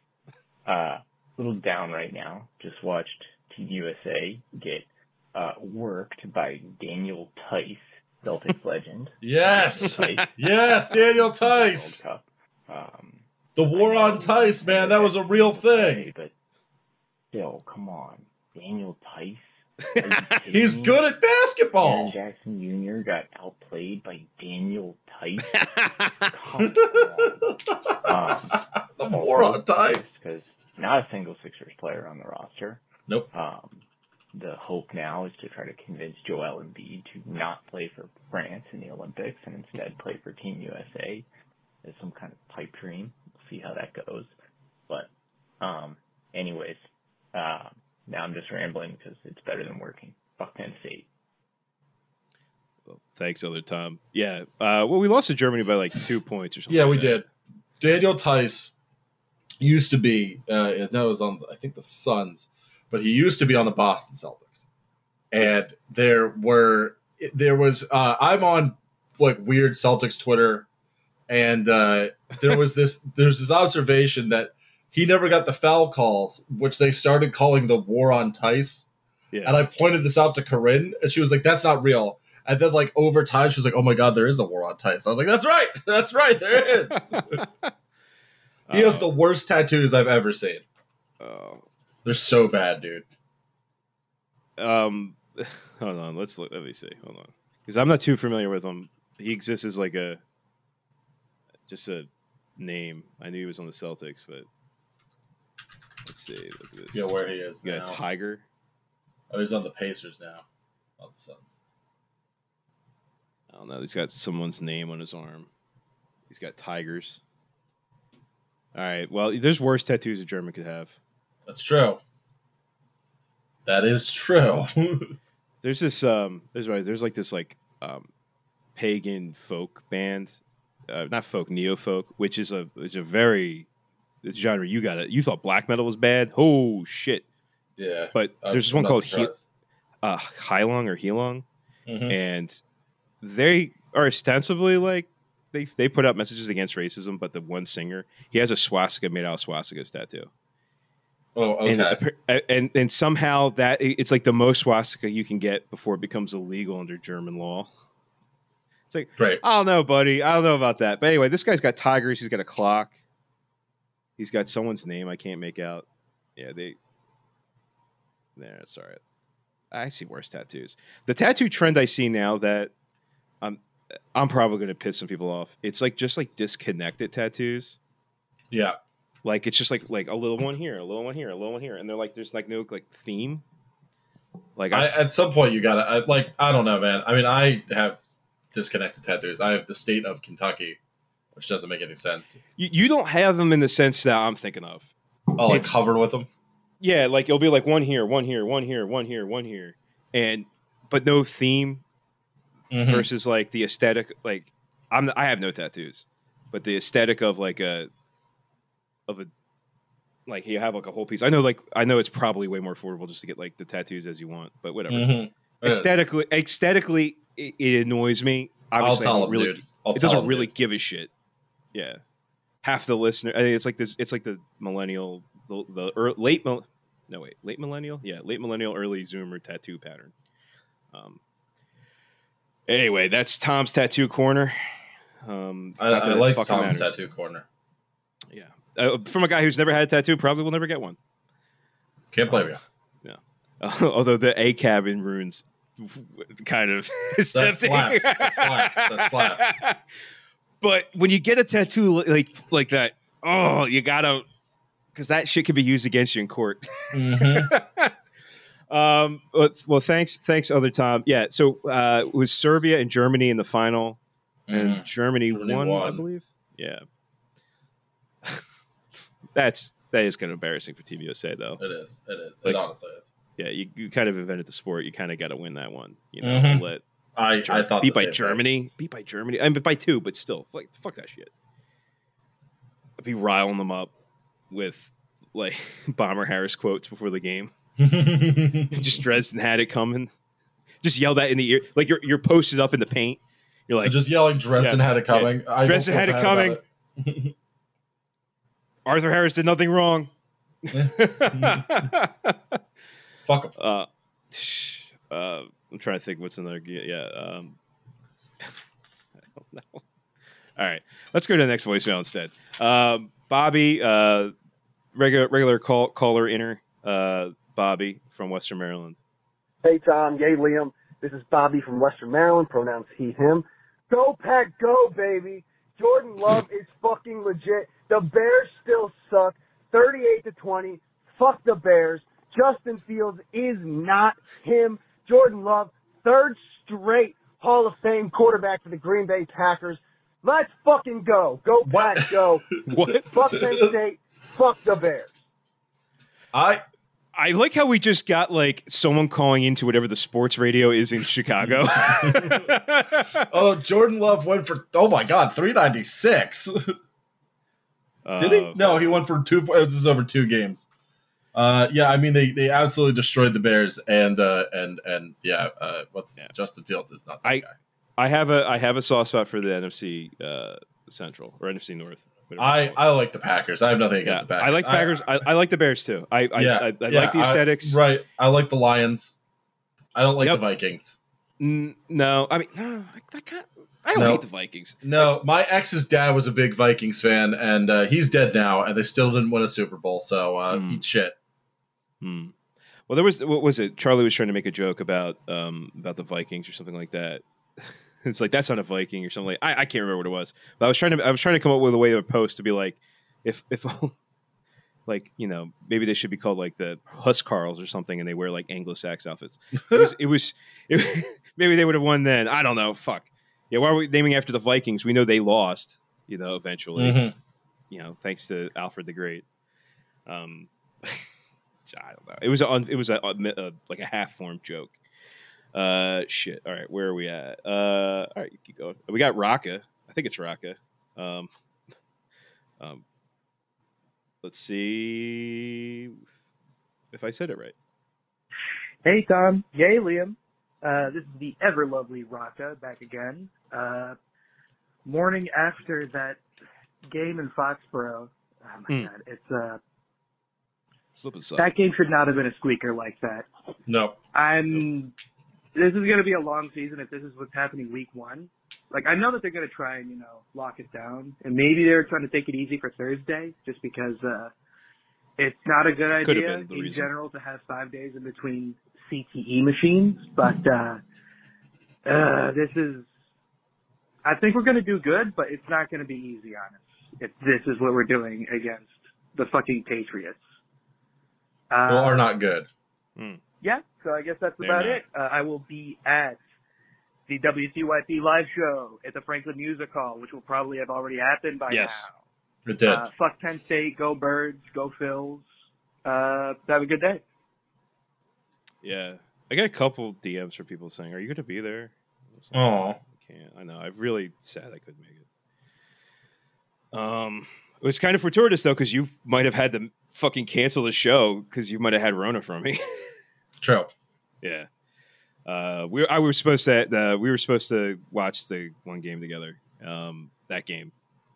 G: Uh, a little down right now. Just watched Team USA get uh, worked by Daniel Tice, Celtics legend.
F: Yes.
G: Tice,
F: yes, Daniel
G: World
F: Tice.
G: Cup. Um,
F: The war on Tice, man. That was a real thing.
G: But still, come on, Daniel Tice. Are you kidding
F: He's
G: me?
F: good at
G: Aaron
F: basketball.
G: Jackson Jr. got outplayed by Daniel Tice. Come on. Um,
F: The war on Tice.
G: because not a single Sixers player on the roster.
F: Nope.
G: Um, the hope now is to try to convince Joel Embiid to not play for France in the Olympics and instead play for Team USA as some kind of pipe dream. We'll see how that goes. But, um, anyways, uh, now I'm just rambling because it's better than working. Fuck Penn State.
E: Well, thanks, other Tom. Yeah. Uh, well, we lost to Germany by like two points or something.
F: Yeah, we
E: like that.
F: did. Daniel Tice used to be uh no, it was on I think the Suns, but he used to be on the Boston Celtics. And there were there was uh I'm on like weird Celtics Twitter and uh there was this there's this observation that he never got the foul calls, which they started calling the war on Tice.
E: Yeah.
F: And I pointed this out to Corinne, and she was like, "That's not real." And then, like over time, she was like, "Oh my god, there is a war on Tice." I was like, "That's right, that's right, there is." he has
E: Uh-huh.
F: the worst tattoos I've ever seen.
E: Oh.
F: They're so bad, dude.
E: um, hold on. Let's look. Let me see. Hold on, because I'm not too familiar with him. He exists as like a just a name. I knew he was on the Celtics, but let's see. Look at this.
F: Yeah, where he is
E: You
F: now.
E: got a Tiger.
F: oh, he's on the Pacers now. Not the Suns.
E: I don't know. He's got someone's name on his arm. He's got tigers. All right. Well, there's worse tattoos a German could have.
F: That's true. That is true.
E: There's this um there's right there's like this like um pagan folk band, uh, not folk neo folk, which is a it's a very this genre you got it. You thought black metal was bad? Oh shit!
F: yeah.
E: But
F: I'm-
E: there's this
F: Uh, I'm
E: one
F: not
E: called he-
F: surprised.
E: uh, Heilong or Heilong,
F: Mhm.
E: and they are ostensibly like they they put out messages against racism, but the one singer he has a swastika made out of swastikas tattoo.
F: Oh, okay.
E: And, appar- and and somehow that it's like the most swastika you can get before it becomes illegal under German law. It's like
F: Great.
E: I don't know, buddy. I don't know about that. But anyway, this guy's got tigers. He's got a clock. He's got someone's name I can't make out. Yeah, they. There, it's all right. I see worse tattoos. The tattoo trend I see now that I'm I'm probably gonna piss some people off. It's like just like disconnected tattoos.
F: Yeah.
E: Like it's just like like a little one here, a little one here, a little one here, and they're like there's like no like theme. Like
F: I,
E: I,
F: at some point, you gotta I, like. I don't know, man. I mean, I have disconnected tattoos. I have the state of Kentucky, which doesn't make any sense.
E: you, you don't have them in the sense that I'm thinking of.
F: Oh, like
E: It's-
F: covered with them.
E: Yeah, like it'll be like one here, one here, one here, one here, one here, and but no theme
F: Mm-hmm.
E: versus like the aesthetic. Like I'm I have no tattoos, but the aesthetic of like a of a like you have like a whole piece. I know like I know it's probably way more affordable just to get like the tattoos as you want, but whatever.
F: Mhm. Yeah.
E: Aesthetically, aesthetically, it, it annoys me.
F: I'll
E: Obviously, I
F: tell
E: don't
F: him,
E: really,
F: dude. I'll
E: it
F: tell
E: doesn't
F: him,
E: really
F: dude.
E: give a shit. Yeah, half the listener. I mean, it's like this. It's like the millennial, the, the ear late. mil- No wait, late millennial. Yeah, late millennial, early Zoomer tattoo pattern. Um. Anyway, that's Tom's tattoo corner. Um,
F: I,
E: not that
F: I
E: it
F: like
E: fucking
F: Tom's
E: matters.
F: tattoo corner.
E: Yeah, uh, from a guy who's never had a tattoo, probably will never get one.
F: Can't blame you.
E: although the A cabin ruins kind of
F: slaps. That slaps. That slaps.
E: But when you get a tattoo li- like like that, oh, you gotta because that shit could be used against you in court. Mm-hmm. Um, but- well, thanks, thanks, other Tom. Yeah, so uh, it was Serbia and Germany in the final, and
F: Mhm.
E: Germany,
F: Germany
E: won, I
F: won.
E: believe. Yeah, that's that is kind of embarrassing for Team USA though
F: It is. It is.
E: Like-
F: it honestly is.
E: yeah, you, you kind of invented the sport. You kind of got to win that one. You know,
F: Mhm.
E: let
F: I, I thought
E: beat
F: the
E: by
F: same thing.
E: Germany, beat by Germany, I mean by two, but still, like fuck that shit. I'd be riling them up with like bomber Harris quotes before the game. Just Dresden had it coming. Just yell that in the ear, like you're you're posted up in the paint. You're like
F: just yelling, Dresden
E: Yeah.
F: had it coming. I don't
E: Dresden
F: feel
E: had it
F: bad
E: coming.
F: about
E: Arthur Harris did nothing wrong.
F: it. Fuck 'em.
E: uh, uh, I'm trying to think what's another. g- Yeah, um, I don't know. All right, let's go to the next voicemail instead. Um, Bobby, uh, regular regular call caller inner, uh, Bobby from Western Maryland.
H: Hey, Tom. Yay, Liam. This is Bobby from Western Maryland. Pronouns he, him. Go, Pack, go, baby. Jordan Love is fucking legit. The Bears still suck. 38 to 20. Fuck the Bears. Justin Fields is not him. Jordan Love, third straight Hall of Fame quarterback for the Green Bay Packers. Let's fucking go. Go,
F: What?
H: Pack, go.
E: What?
H: Fuck Penn State. Fuck the Bears.
F: I
E: I like how we just got like someone calling into whatever the sports radio is in Chicago.
F: oh Jordan Love went for oh my god three ninety six. Did he?
E: Uh,
F: No, he went for two. This is over two games. Uh, yeah, I mean they, they absolutely destroyed the Bears and uh, and and yeah, uh, what's
E: Yeah.
F: Justin Fields is not that
E: I-
F: guy.
E: I have a I have a soft spot for the NFC uh, Central or NFC North. whatever you call
F: I
E: it.
F: I like the Packers. I have nothing against
E: yeah,
F: the Packers.
E: I like the Packers. I, I, like the Bears too. I I,
F: Yeah,
E: I, I
F: yeah,
E: like the
F: I-
E: aesthetics.
F: right. I like the Lions. I don't like
E: Yep.
F: the Vikings.
E: N- no, I mean no, I, I can't. I don't
F: No.
E: hate the Vikings.
F: No, my ex's dad was a big Vikings fan, and uh, he's dead now, and they still didn't win a Super Bowl. So uh,
E: Hmm.
F: eat shit.
E: Hmm. Well, there was what was it? Charlie was trying to make a joke about um about the Vikings or something like that. It's like that's not a Viking or something. Like, I I can't remember what it was, but I was trying to I was trying to come up with a way to post to be like if if like you know maybe they should be called like the Huskarls or something, and they wear like Anglo-Sax outfits. It was it was, it, maybe they would have won then. I don't know. Fuck yeah. Why are we naming after the Vikings? We know they lost. You know eventually.
F: Mm-hmm.
E: You know thanks to Alfred the Great. Um, I don't know. It was a un, it was a, a like a half formed joke. Uh, shit. All right, where are we at? Uh, all right, you keep going. We got Raka. I think it's Raka. Um, um, let's see if I said it right.
I: Hey, Tom. Yay, Liam. Uh, this is the ever lovely Raka back again. Uh, morning after that game in Foxborough. Oh my
E: Hmm.
I: God, it's uh,
E: Slip and slide.
I: that game should not have been a squeaker like that.
F: No.
I: I'm. This is going to be a long season if this is what's happening week one. Like I know that they're going to try and you know lock it down, and maybe they're trying to take it easy for Thursday, just because uh, it's not a good
E: Could have
I: idea
E: been the
I: in
E: reason.
I: general to have five days in between CTE machines. But uh, uh, this is, I think we're going to do good, but it's not going to be easy on us if this is what we're doing against the fucking Patriots. Uh,
F: Well, are not good.
I: yeah, so I guess that's
E: They're
I: about
E: not.
I: it. Uh, I will be at the WCYP live show at the Franklin Music Hall, which will probably have already happened by
E: Yes.
F: It did.
I: now. Uh, fuck Penn State, go Birds, go Phils. Uh, have a good day.
E: Yeah, I got a couple DMs from people saying, "Are you going to be there?" I was like,
F: Aw.
E: I can't. I know. I'm really sad I couldn't make it. Um, it was kind of fortuitous though, because you might have had to fucking cancel the show because you might have had Rona from me.
F: True.
E: Yeah. Uh, we I was supposed to uh, we were supposed to watch the one game together. Um, that game,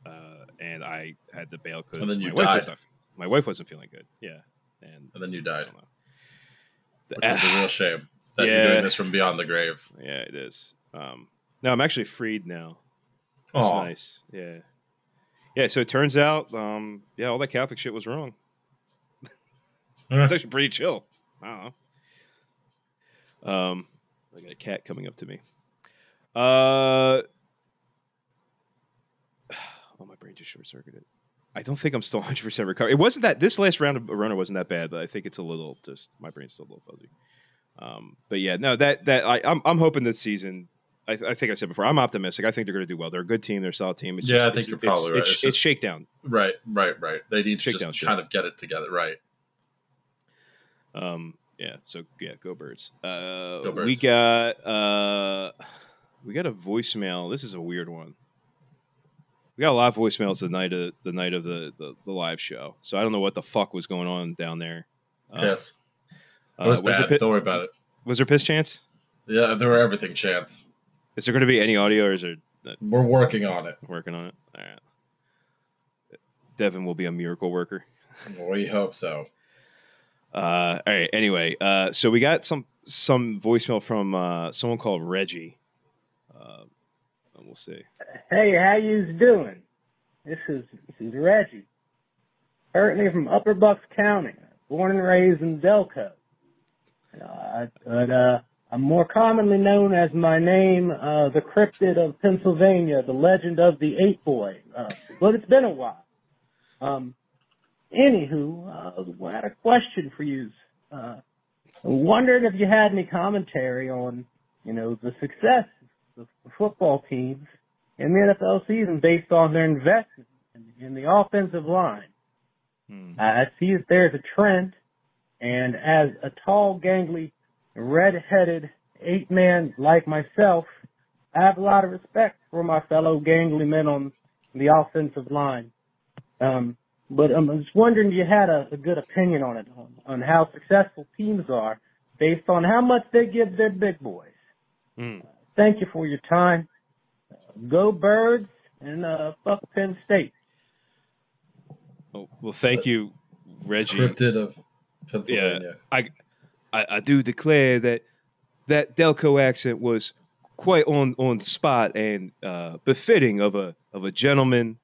E: uh, and I had to bail because
F: And then
E: my,
F: you
E: wife
F: died.
E: was not- my wife wasn't feeling good. Yeah, and
F: And then you
E: I
F: died,
E: don't know.
F: which is a real shame that you're
E: Yeah.
F: doing this from beyond the grave.
E: yeah, it is. Um, no, I'm actually freed now. That's
F: Oh,
E: nice. Yeah, yeah. So it turns out, um, yeah, all that Catholic shit was wrong.
F: Yeah. Eh.
E: it's actually pretty chill. I don't know. Um, I got a cat coming up to me. Uh, oh, my brain just short circuited. I don't think I'm still 100 percent recovered. It wasn't that this last round of runner wasn't that bad, but I think it's a little just my brain's still a little fuzzy. Um, but yeah, no, that that I, I'm I'm hoping this season. I, I think I said before, I'm optimistic. I think they're going to do well. They're a good team. They're a solid team. It's
F: Yeah, I
E: just- it's-
F: think you're
E: it's-
F: probably right.
E: It's,
F: It's
E: it's
F: just-
E: shakedown.
F: right, right, right. They need to
E: Shakedown
F: just
E: shit.
F: kind of get it together, right?
E: Um, yeah. So yeah, go birds. Uh,
F: Go
E: We
F: Birds.
E: got uh, we got a voicemail. This is a weird one. We got a lot of voicemails the night of the night of the the, the live show. So I don't know what the fuck was going on down there. Uh,
F: yes,
E: uh,
F: it was
E: there
F: bad.
E: pi-
F: Don't worry about it.
E: was there piss chance?
F: Yeah, there were everything chance.
E: Is there going to be any audio, or is there
F: We're working on it.
E: working on it? All right. Devin will be a miracle worker.
F: We hope so.
E: Uh, all right. Anyway, uh, so we got some some voicemail from uh, someone called Reggie. Uh, and we'll see.
J: Hey, how yous doing? This is this is Reggie. Currently from Upper Bucks County, born and raised in Delco. Uh, but uh, I'm more commonly known as my name, uh, the Cryptid of Pennsylvania, the Legend of the Ape Boy. Uh, but it's been a while. Um, anywho, uh, I had a question for you. Uh, wondering if you had any commentary on, you know, the success of the football teams in the NFL season based on their investment in, in the offensive line.
E: Hmm.
J: I I see that there's a trend, and as a tall, gangly, red-headed ape man like myself, I have a lot of respect for my fellow gangly men on the offensive line. Um, but um, I was wondering if you had a, a good opinion on it, on, on how successful teams are based on how much they give their big boys
E: Hmm.
J: thank you for your time. Go Birds and uh, fuck Penn State.
E: Oh, well, thank you, Reggie.
F: Cryptid of Pennsylvania.
E: I, I do declare that that Delco accent was quite on on spot and uh, befitting of a of a gentleman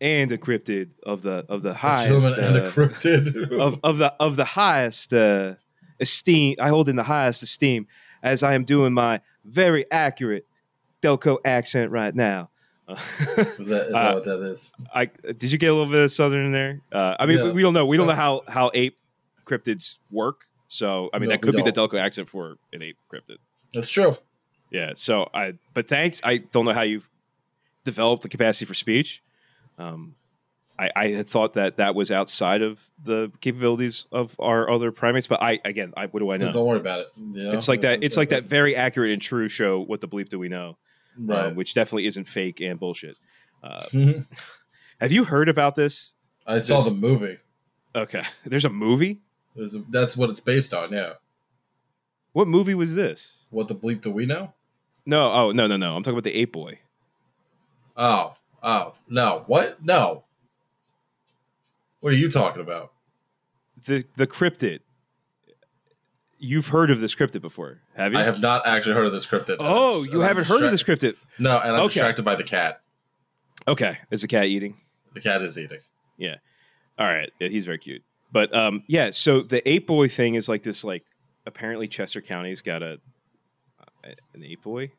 E: and a cryptid of the of the
F: A
E: highest
F: gentleman and
E: uh,
F: a cryptid.
E: of of the of the highest uh, esteem. I hold in the highest esteem as I am doing my very accurate Delco accent right now. Uh,
F: Is that, is
E: Uh,
F: that what that is?
E: I did you get a little bit of southern in there? Uh, I mean,
F: Yeah.
E: we don't know. We don't know
F: Yeah.
E: how how ape cryptids work. So I mean,
F: No,
E: that could
F: we
E: be the Delco accent for an ape cryptid.
F: That's true.
E: Yeah. So I, but thanks. I don't know how you've developed the capacity for speech. Um, I, I had thought that that was outside of the capabilities of our other primates, but I again, I what do I
F: So
E: know?
F: Don't worry about it. you know?
E: It's like that. It's like that very accurate and true show. What the bleep do we know?
F: Right.
E: Um, which definitely isn't fake and bullshit. Uh,
F: Mhm.
E: have you heard about this?
F: I saw
E: This-
F: the movie.
E: Okay, there's a movie.
F: There's a, that's what it's based on. Yeah.
E: What movie was this?
F: What the bleep do we know?
E: No, oh no, no, no. I'm talking about the Ape Boy.
F: Oh, oh, no. What? No. What are you talking about?
E: The the cryptid. You've heard of this cryptid before, have you?
F: I have not actually heard of this cryptid.
E: Oh,
F: And
E: you
F: I'm
E: haven't heard of this
F: distracted.
E: cryptid?
F: No, and I'm
E: Okay.
F: distracted by the cat.
E: Okay, is the cat eating?
F: The cat is eating.
E: All right, yeah, he's very cute. But um, yeah, so the ape boy thing is like this. Like apparently, Chester County's got a an ape boy.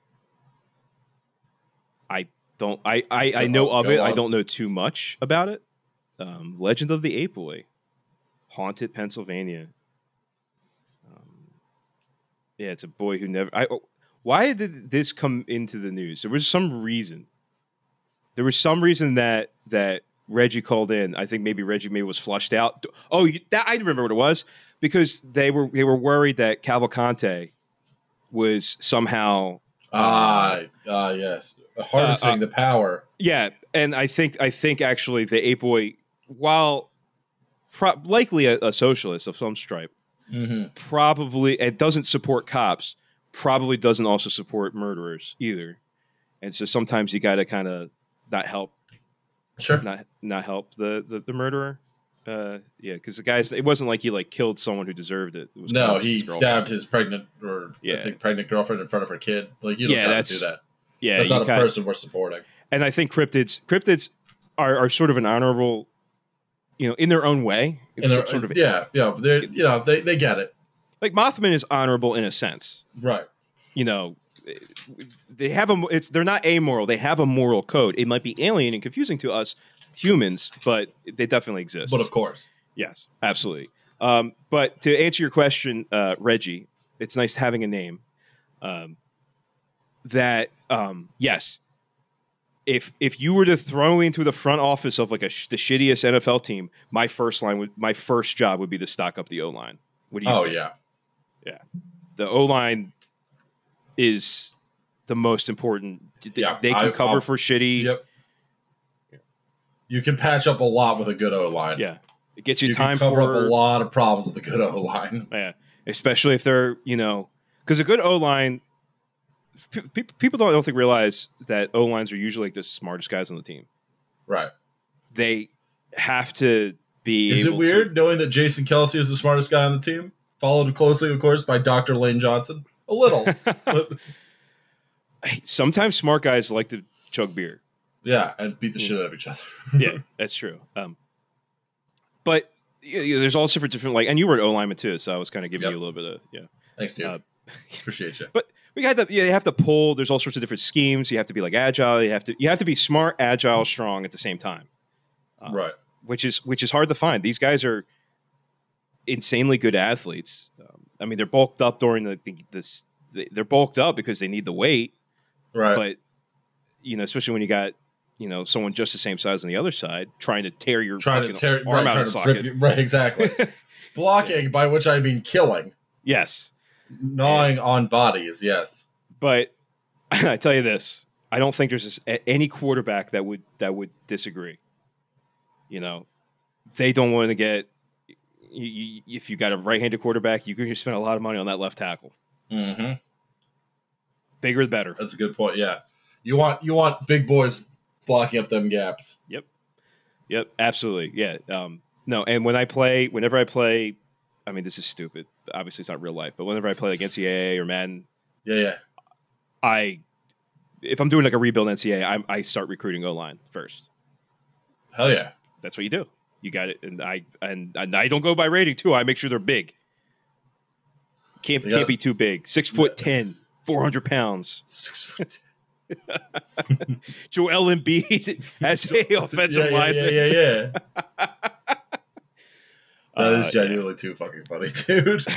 E: I don't. I I, I
F: Go
E: know
F: on,
E: of
F: go
E: it. I
F: on.
E: don't know too much about it. Um, Legend of the Ape Boy, haunted Pennsylvania. Um, yeah, it's a boy who never. I. oh, Why did this come into the news? There was some reason. There was some reason that that Reggie called in. I think maybe Reggie maybe was flushed out. Oh, you, that I remember what it was because they were they were worried that Cavalcante was somehow
F: Ah, ah, yes. Harnessing
E: Uh, uh,
F: the power.
E: yeah, and I think I think actually the ape boy, while pro- likely a, a socialist of some stripe,
F: Mm-hmm.
E: probably it doesn't support cops, probably doesn't also support murderers either, and so sometimes you got to kind of not help
F: Sure.
E: not not help the the, the murderer. Uh, yeah, because the guys, it wasn't like he like killed someone who deserved it. it was
F: No,
E: his
F: he
E: girlfriend.
F: stabbed his pregnant or
E: Yeah.
F: I think pregnant girlfriend in front of her kid. Like you don't
E: Yeah,
F: gotta
E: that's-
F: do that.
E: Yeah,
F: that's
E: you
F: not a
E: kinda-
F: person we're supporting.
E: and I think cryptids cryptids are, are sort of an honorable, you know, in their own way.
F: And
E: So-
F: they're-
E: sort of,
F: yeah, yeah. They you know they, they get it
E: like Mothman is honorable in a sense.
F: right.
E: You know, they have a it's they're not amoral. They have a moral code. It might be alien and confusing to us humans, but they definitely exist.
F: But of course,
E: yes, absolutely. Um, but to answer your question, uh, Reggie, it's nice having a name. Um, that um, yes, if if you were to throw me into the front office of like a sh- the shittiest NFL team, my first line would my first job would be to stock up the O line. What do you?
F: oh
E: think?
F: yeah,
E: the O line is the most important. They,
F: Yeah,
E: they can
F: I-
E: cover
F: I'll-
E: for shitty.
F: yep. You can patch up a lot with a good O line.
E: Yeah, it gets you,
F: you
E: time
F: can cover up a
E: for
F: lot of problems with a good O line.
E: yeah, especially if they're you know because a good O line. Pe- pe- people don't, I don't think realize that O lines are usually like the smartest guys on the team.
F: Right?
E: They have to be.
F: Is it
E: able to-
F: weird knowing that Jason Kelsey is the smartest guy on the team, followed closely, of course, by Doctor Lane Johnson? A little, but
E: Sometimes smart guys like to chug beer.
F: yeah, and beat the shit out of each other.
E: yeah, that's true. Um, but you know, there's all different different like, and you were an O lineman too, so I was kind of giving
F: Yep.
E: you a little bit of yeah.
F: Thanks, dude.
E: Uh,
F: Appreciate you.
E: we had to, you have to pull. There's all sorts of different schemes. You have to be like agile. You have to you have to be smart,
F: Mm-hmm.
E: agile, strong at the same time, uh,
F: right?
E: which is which is hard to find. These guys are insanely good athletes. Um, I mean, they're bulked up during the, the this. they- They're bulked up because they need the weight,
F: Right.
E: but you know, especially when you got you know someone just the same size on the other side trying to tear your
F: trying to
E: fucking
F: tear
E: arm out
F: right, trying
E: of
F: to
E: socket.
F: rip you, right exactly blocking by which i mean killing
E: yes,
F: gnawing on bodies yes
E: but I tell you this: I don't think there's a- any quarterback that would that would disagree. You know, they don't want to get. You, you, if you got a right-handed quarterback, you can spend a lot of money on that left tackle.
F: mm-hmm.
E: Bigger the better.
F: that's a good point yeah you want you want big boys blocking up them gaps
E: Yep, absolutely. Yeah. Um, no, and when I play, whenever I play, I mean, this is stupid. Obviously, it's not real life, but whenever I play like NCAA or Madden,
F: yeah yeah
E: I, if I'm doing like a rebuild NCAA, I, I start recruiting O line first.
F: hell yeah
E: that's what you do. You got it, and I and, and I don't go by rating too. I make sure they're big. Can't
F: They
E: can't
F: got-
E: be too big. Six foot ten, four hundred pounds.
F: Six foot-
E: Joel Embiid as a offensive
F: yeah, yeah,
E: lineman.
F: yeah, yeah, yeah. That is
E: Uh,
F: genuinely too fucking funny, dude.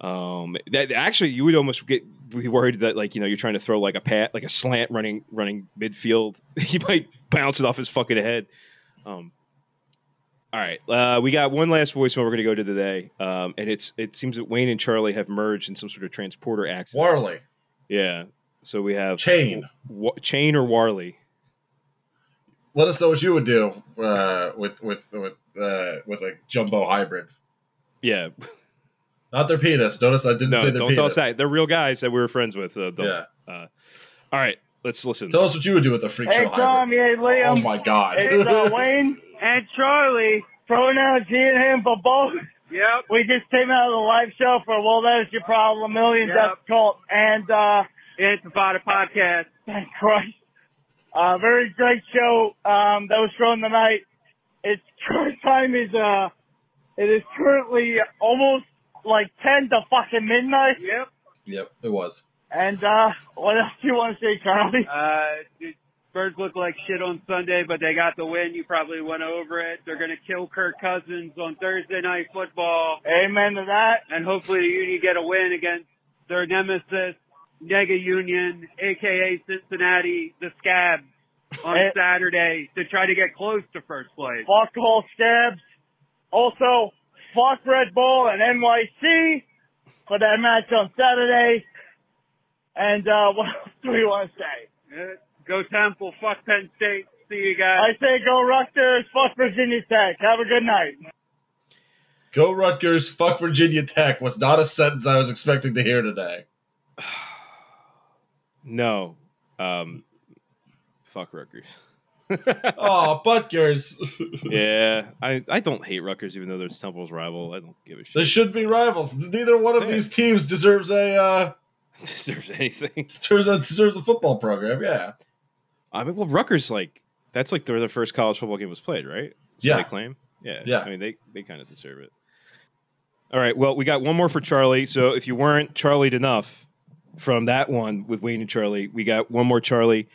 E: um, that actually, you would almost get be worried that like you know you're trying to throw like a pat, like a slant running running midfield. he might bounce it off his fucking head. Um, all right, uh, we got one last voicemail we're going to go to today, um, and it's it seems that Wayne and Charlie have merged in some sort of transporter accident.
F: Warley,
E: yeah, so we have
F: Chain.
E: Wa- Chain or Warley.
F: let us know what you would do uh, with with with uh, with a jumbo hybrid.
E: Yeah,
F: Not their penis. Notice I didn't
E: no,
F: say
E: don't
F: their
E: tell
F: penis.
E: us that. They're real guys that we were friends with. Uh, don't-
F: Yeah.
E: All right, let's listen.
F: Tell us what you would do with a freak
J: Hey
F: show
J: Tom,
F: hybrid.
J: yeah, Liam.
F: Oh my god.
J: It's uh,
I: Oh.
J: Wayne and Charlie. Pronouns he and him for both.
I: Yep.
J: We just came out of the live show for Well That Is Your Problem, a Million
I: Yep.
J: Death Cult, and uh
I: It's about a podcast.
J: thank Christ. Uh very great show um that was shown tonight. It's current time is uh it is currently almost like ten to fucking midnight.
I: Yep.
F: yep, it was.
J: And uh what else do you want to say, Charlie?
I: Uh, dude, Birds look like shit on Sunday, but they got the win. You probably went over it. They're going to kill Kirk Cousins on Thursday Night Football,
J: Amen to that.
I: and hopefully the Union get a win against their nemesis, Nega Union, aka Cincinnati, the Scabs, on
J: Eh.
I: Saturday to try to get close to first place.
J: Fuck all scabs. Also, fuck Red Bull and NYC for that match on Saturday. And uh, what else do we want to say?
I: Eh, Go Temple, fuck Penn State. See you guys.
J: I say go Rutgers, fuck Virginia Tech. Have a good night.
F: Go Rutgers, fuck Virginia Tech was not a sentence I was expecting to hear today.
E: No. Um, fuck Rutgers.
F: Oh, Butgers.
E: yeah, I, I don't hate Rutgers, even though they're Temple's rival. I don't give a
F: they
E: shit.
F: should be rivals. Neither one of these teams deserves a uh,
E: deserves anything.
F: deserves a deserves a football program. Yeah.
E: I mean, well, Rutgers like that's like where the first college football game was played, right? So
F: Yeah.
E: they claim. Yeah,
F: Yeah.
E: I mean, they they kind of deserve it. All right. Well, we got one more for Charlie. So if you weren't Charlied enough from that one with Wayne and Charlie, we got one more Charlie.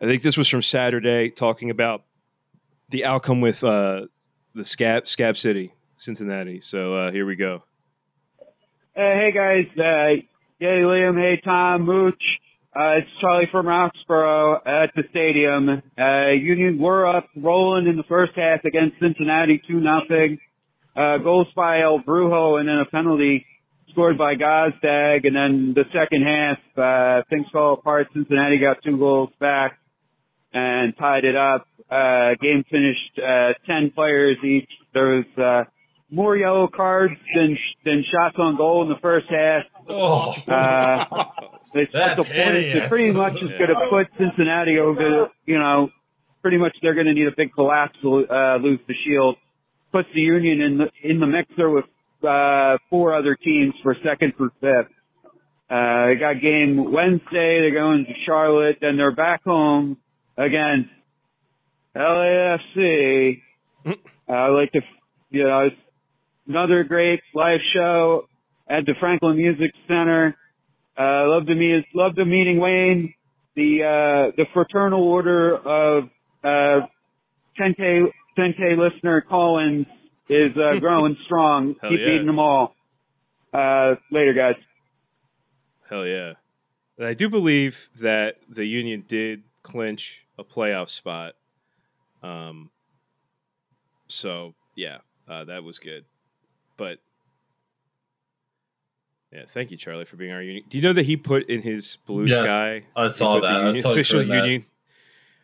E: I think this was from Saturday, talking about the outcome with uh, the Scab Scab City, Cincinnati. So uh, here we go.
I: Uh, hey guys, uh, hey Liam, hey Tom, Mooch. Uh, it's Charlie from Roxborough at the stadium. Uh, Union were up rolling in the first half against Cincinnati 2 nothing. Uh, goals by El Brujo and then a penalty scored by Gosdag. And then the second half, uh, things fell apart. Cincinnati got two goals back and tied it up. Uh, game finished, uh, 10 players each. There was, uh, more yellow cards than than shots on goal in the first half.
F: Oh,
I: Uh, it's
F: That's
I: just a point
F: hideous.
I: that pretty much is going to put Cincinnati over. You know, pretty much they're going to need a big collapse to uh, lose the shield. Puts the Union in the in the mixer with uh, four other teams for second for fifth. Uh, they got game Wednesday. They're going to Charlotte. Then they're back home against LAFC. Uh, I like to, you know, it's another great live show at the Franklin Music Center. Uh, love to meet, love to meeting Wayne, the, uh, the fraternal order of, uh, 10K, 10K listener Collins is, uh, growing strong.
E: Hell
I: Keep
E: yeah.
I: beating them all. Uh, later guys.
E: Hell yeah. And I do believe that the Union did clinch a playoff spot. Um, so, yeah, uh, that was good. But, yeah, thank you, Charlie, for being our Union. Do you know that he put in his blue
F: Yes,
E: sky?
F: I
E: he
F: saw
E: put
F: that. I
E: Union-
F: was telling
E: official
F: Corinne that.
E: Union.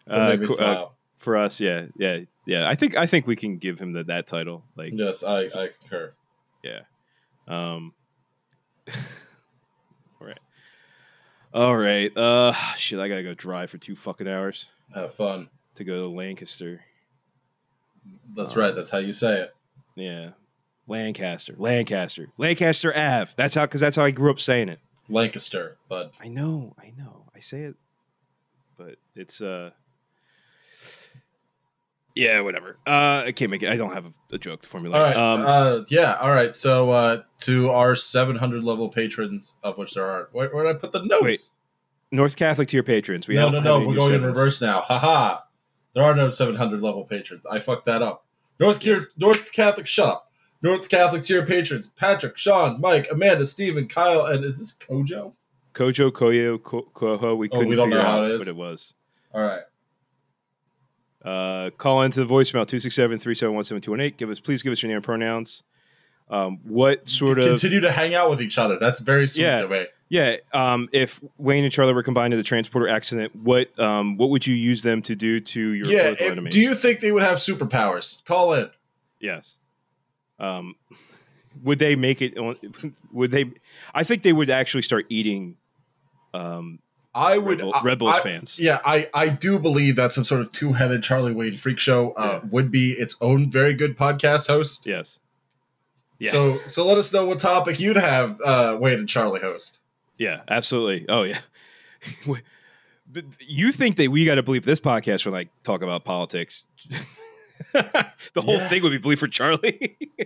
F: that
E: Uh,
F: made me
E: co- uh,
F: smile.
E: for us, yeah, yeah, yeah. I think I think we can give him the, that title. Like,
F: Yes, I, I concur.
E: yeah. Um, all right. All right. Uh, shit, I gotta go drive for two fucking hours
F: Have fun.
E: to go to Lancaster.
F: That's right. That's how you say it.
E: Yeah, Lancaster, Lancaster, Lancaster Ave. That's how, because that's how I grew up saying it.
F: Lancaster, bud.
E: I know, I know, I say it, but it's uh, yeah, whatever. Uh, I can't make it. I don't have a, a joke to formulate.
F: All right.
E: Um,
F: uh, yeah. All right. So uh, to our 700 level patrons, of which there are. Where, where did I put the notes?
E: Wait. North Catholic tier patrons. We
F: no,
E: help
F: no,
E: have
F: no.
E: any
F: We're
E: new
F: going in
E: segments.
F: reverse now. Haha. There are no 700 level patrons. I fucked that up. North, Ca- North Catholic, shut up. North Catholic tier patrons Patrick, Sean, Mike, Amanda, Steven, Kyle, and is this Kojo?
E: Kojo Koyo Ko- Koho. We
F: Oh,
E: couldn't
F: we don't
E: figure
F: know
E: out
F: how it is.
E: what it was.
F: All right.
E: Uh, call into the voicemail 267-371-7218. Give us, please give us your name and pronouns. Um, what sort of
F: Continue to hang out with each other. That's very sweet
E: Yeah.
F: of me.
E: yeah? Um, if Wayne and Charlie were combined in the transporter accident, what um, what would you use them to do to your
F: Yeah.
E: political
F: if-
E: enemies?
F: do you think they would have superpowers? Call in.
E: Yes. Um, would they make it? On, would they? I think they would actually start eating. Um,
F: I
E: Red,
F: would.
E: Bull,
F: I-
E: Red Bulls
F: I-
E: fans.
F: Yeah, I, I do believe that some sort of two headed Charlie Wayne freak show uh, would be its own very good podcast host.
E: Yes. Yeah.
F: So so let us know what topic you'd have uh, Wayne and Charlie host.
E: Yeah, absolutely. Oh yeah. We- th- you think that we got to bleep this podcast when I talk about politics? the whole
F: Yeah.
E: thing would be bleep for Charlie.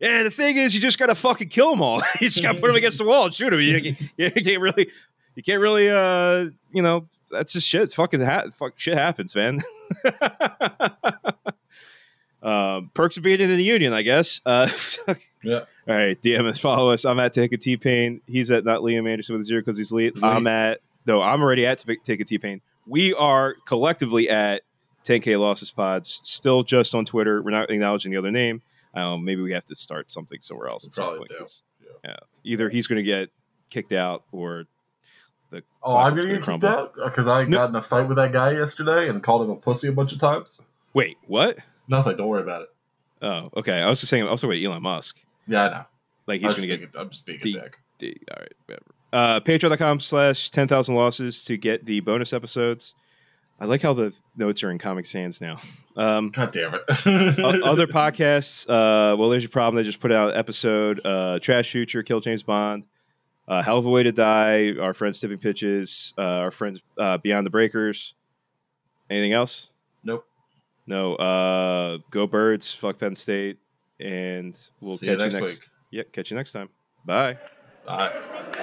E: yeah, the thing is, you just got to fucking kill them all. you just got to put them against the wall and shoot them. You, you, you can't really, you can't really, uh, you know, that's just shit. Fucking ha- fuck, shit happens, man. um, perks of being in the union, I guess. Uh,
F: Yeah.
E: All right, DM us, follow us. I'm at Take a T Pain. He's at not Liam Anderson with a zero because he's Lee. I'm at no, I'm already at Take a T Pain. We are collectively at 10K Losses Pods. Still just on Twitter. We're not acknowledging the other name. Um, maybe we have to start something somewhere else.
F: We
E: at some
F: probably
E: point,
F: do.
E: 'cause, yeah. Either he's going to get kicked out or the
F: Oh,
E: platform's
F: I'm gonna get
E: gonna
F: kicked
E: crumble.
F: out because I
E: No.
F: got in a fight with that guy yesterday and called him a pussy a bunch of times.
E: Wait, what?
F: Nothing. Don't worry about it.
E: Oh, okay. I was just saying. I was talking about Elon Musk.
F: Yeah, I know.
E: Like
F: I'm
E: he's
F: just
E: going to get
F: being a- I'm just being
E: the-
F: a dick.
E: D- all right, whatever. Uh, Patreon.com slash 10,000 losses to get the bonus episodes. I like how the notes are in Comic Sans now. Um,
F: God damn it.
E: o- other podcasts, uh, well, there's your problem. They just put out an episode uh, Trash Future, Kill James Bond, uh, Hell of a Way to Die, our friends Tipping Pitches, uh, our friends uh, Beyond the Breakers. Anything else?
F: Nope.
E: No. Uh, go Birds, fuck Penn State, and we'll
F: See
E: catch
F: you next, week.
E: Yep, catch you next time. Bye.
F: Bye.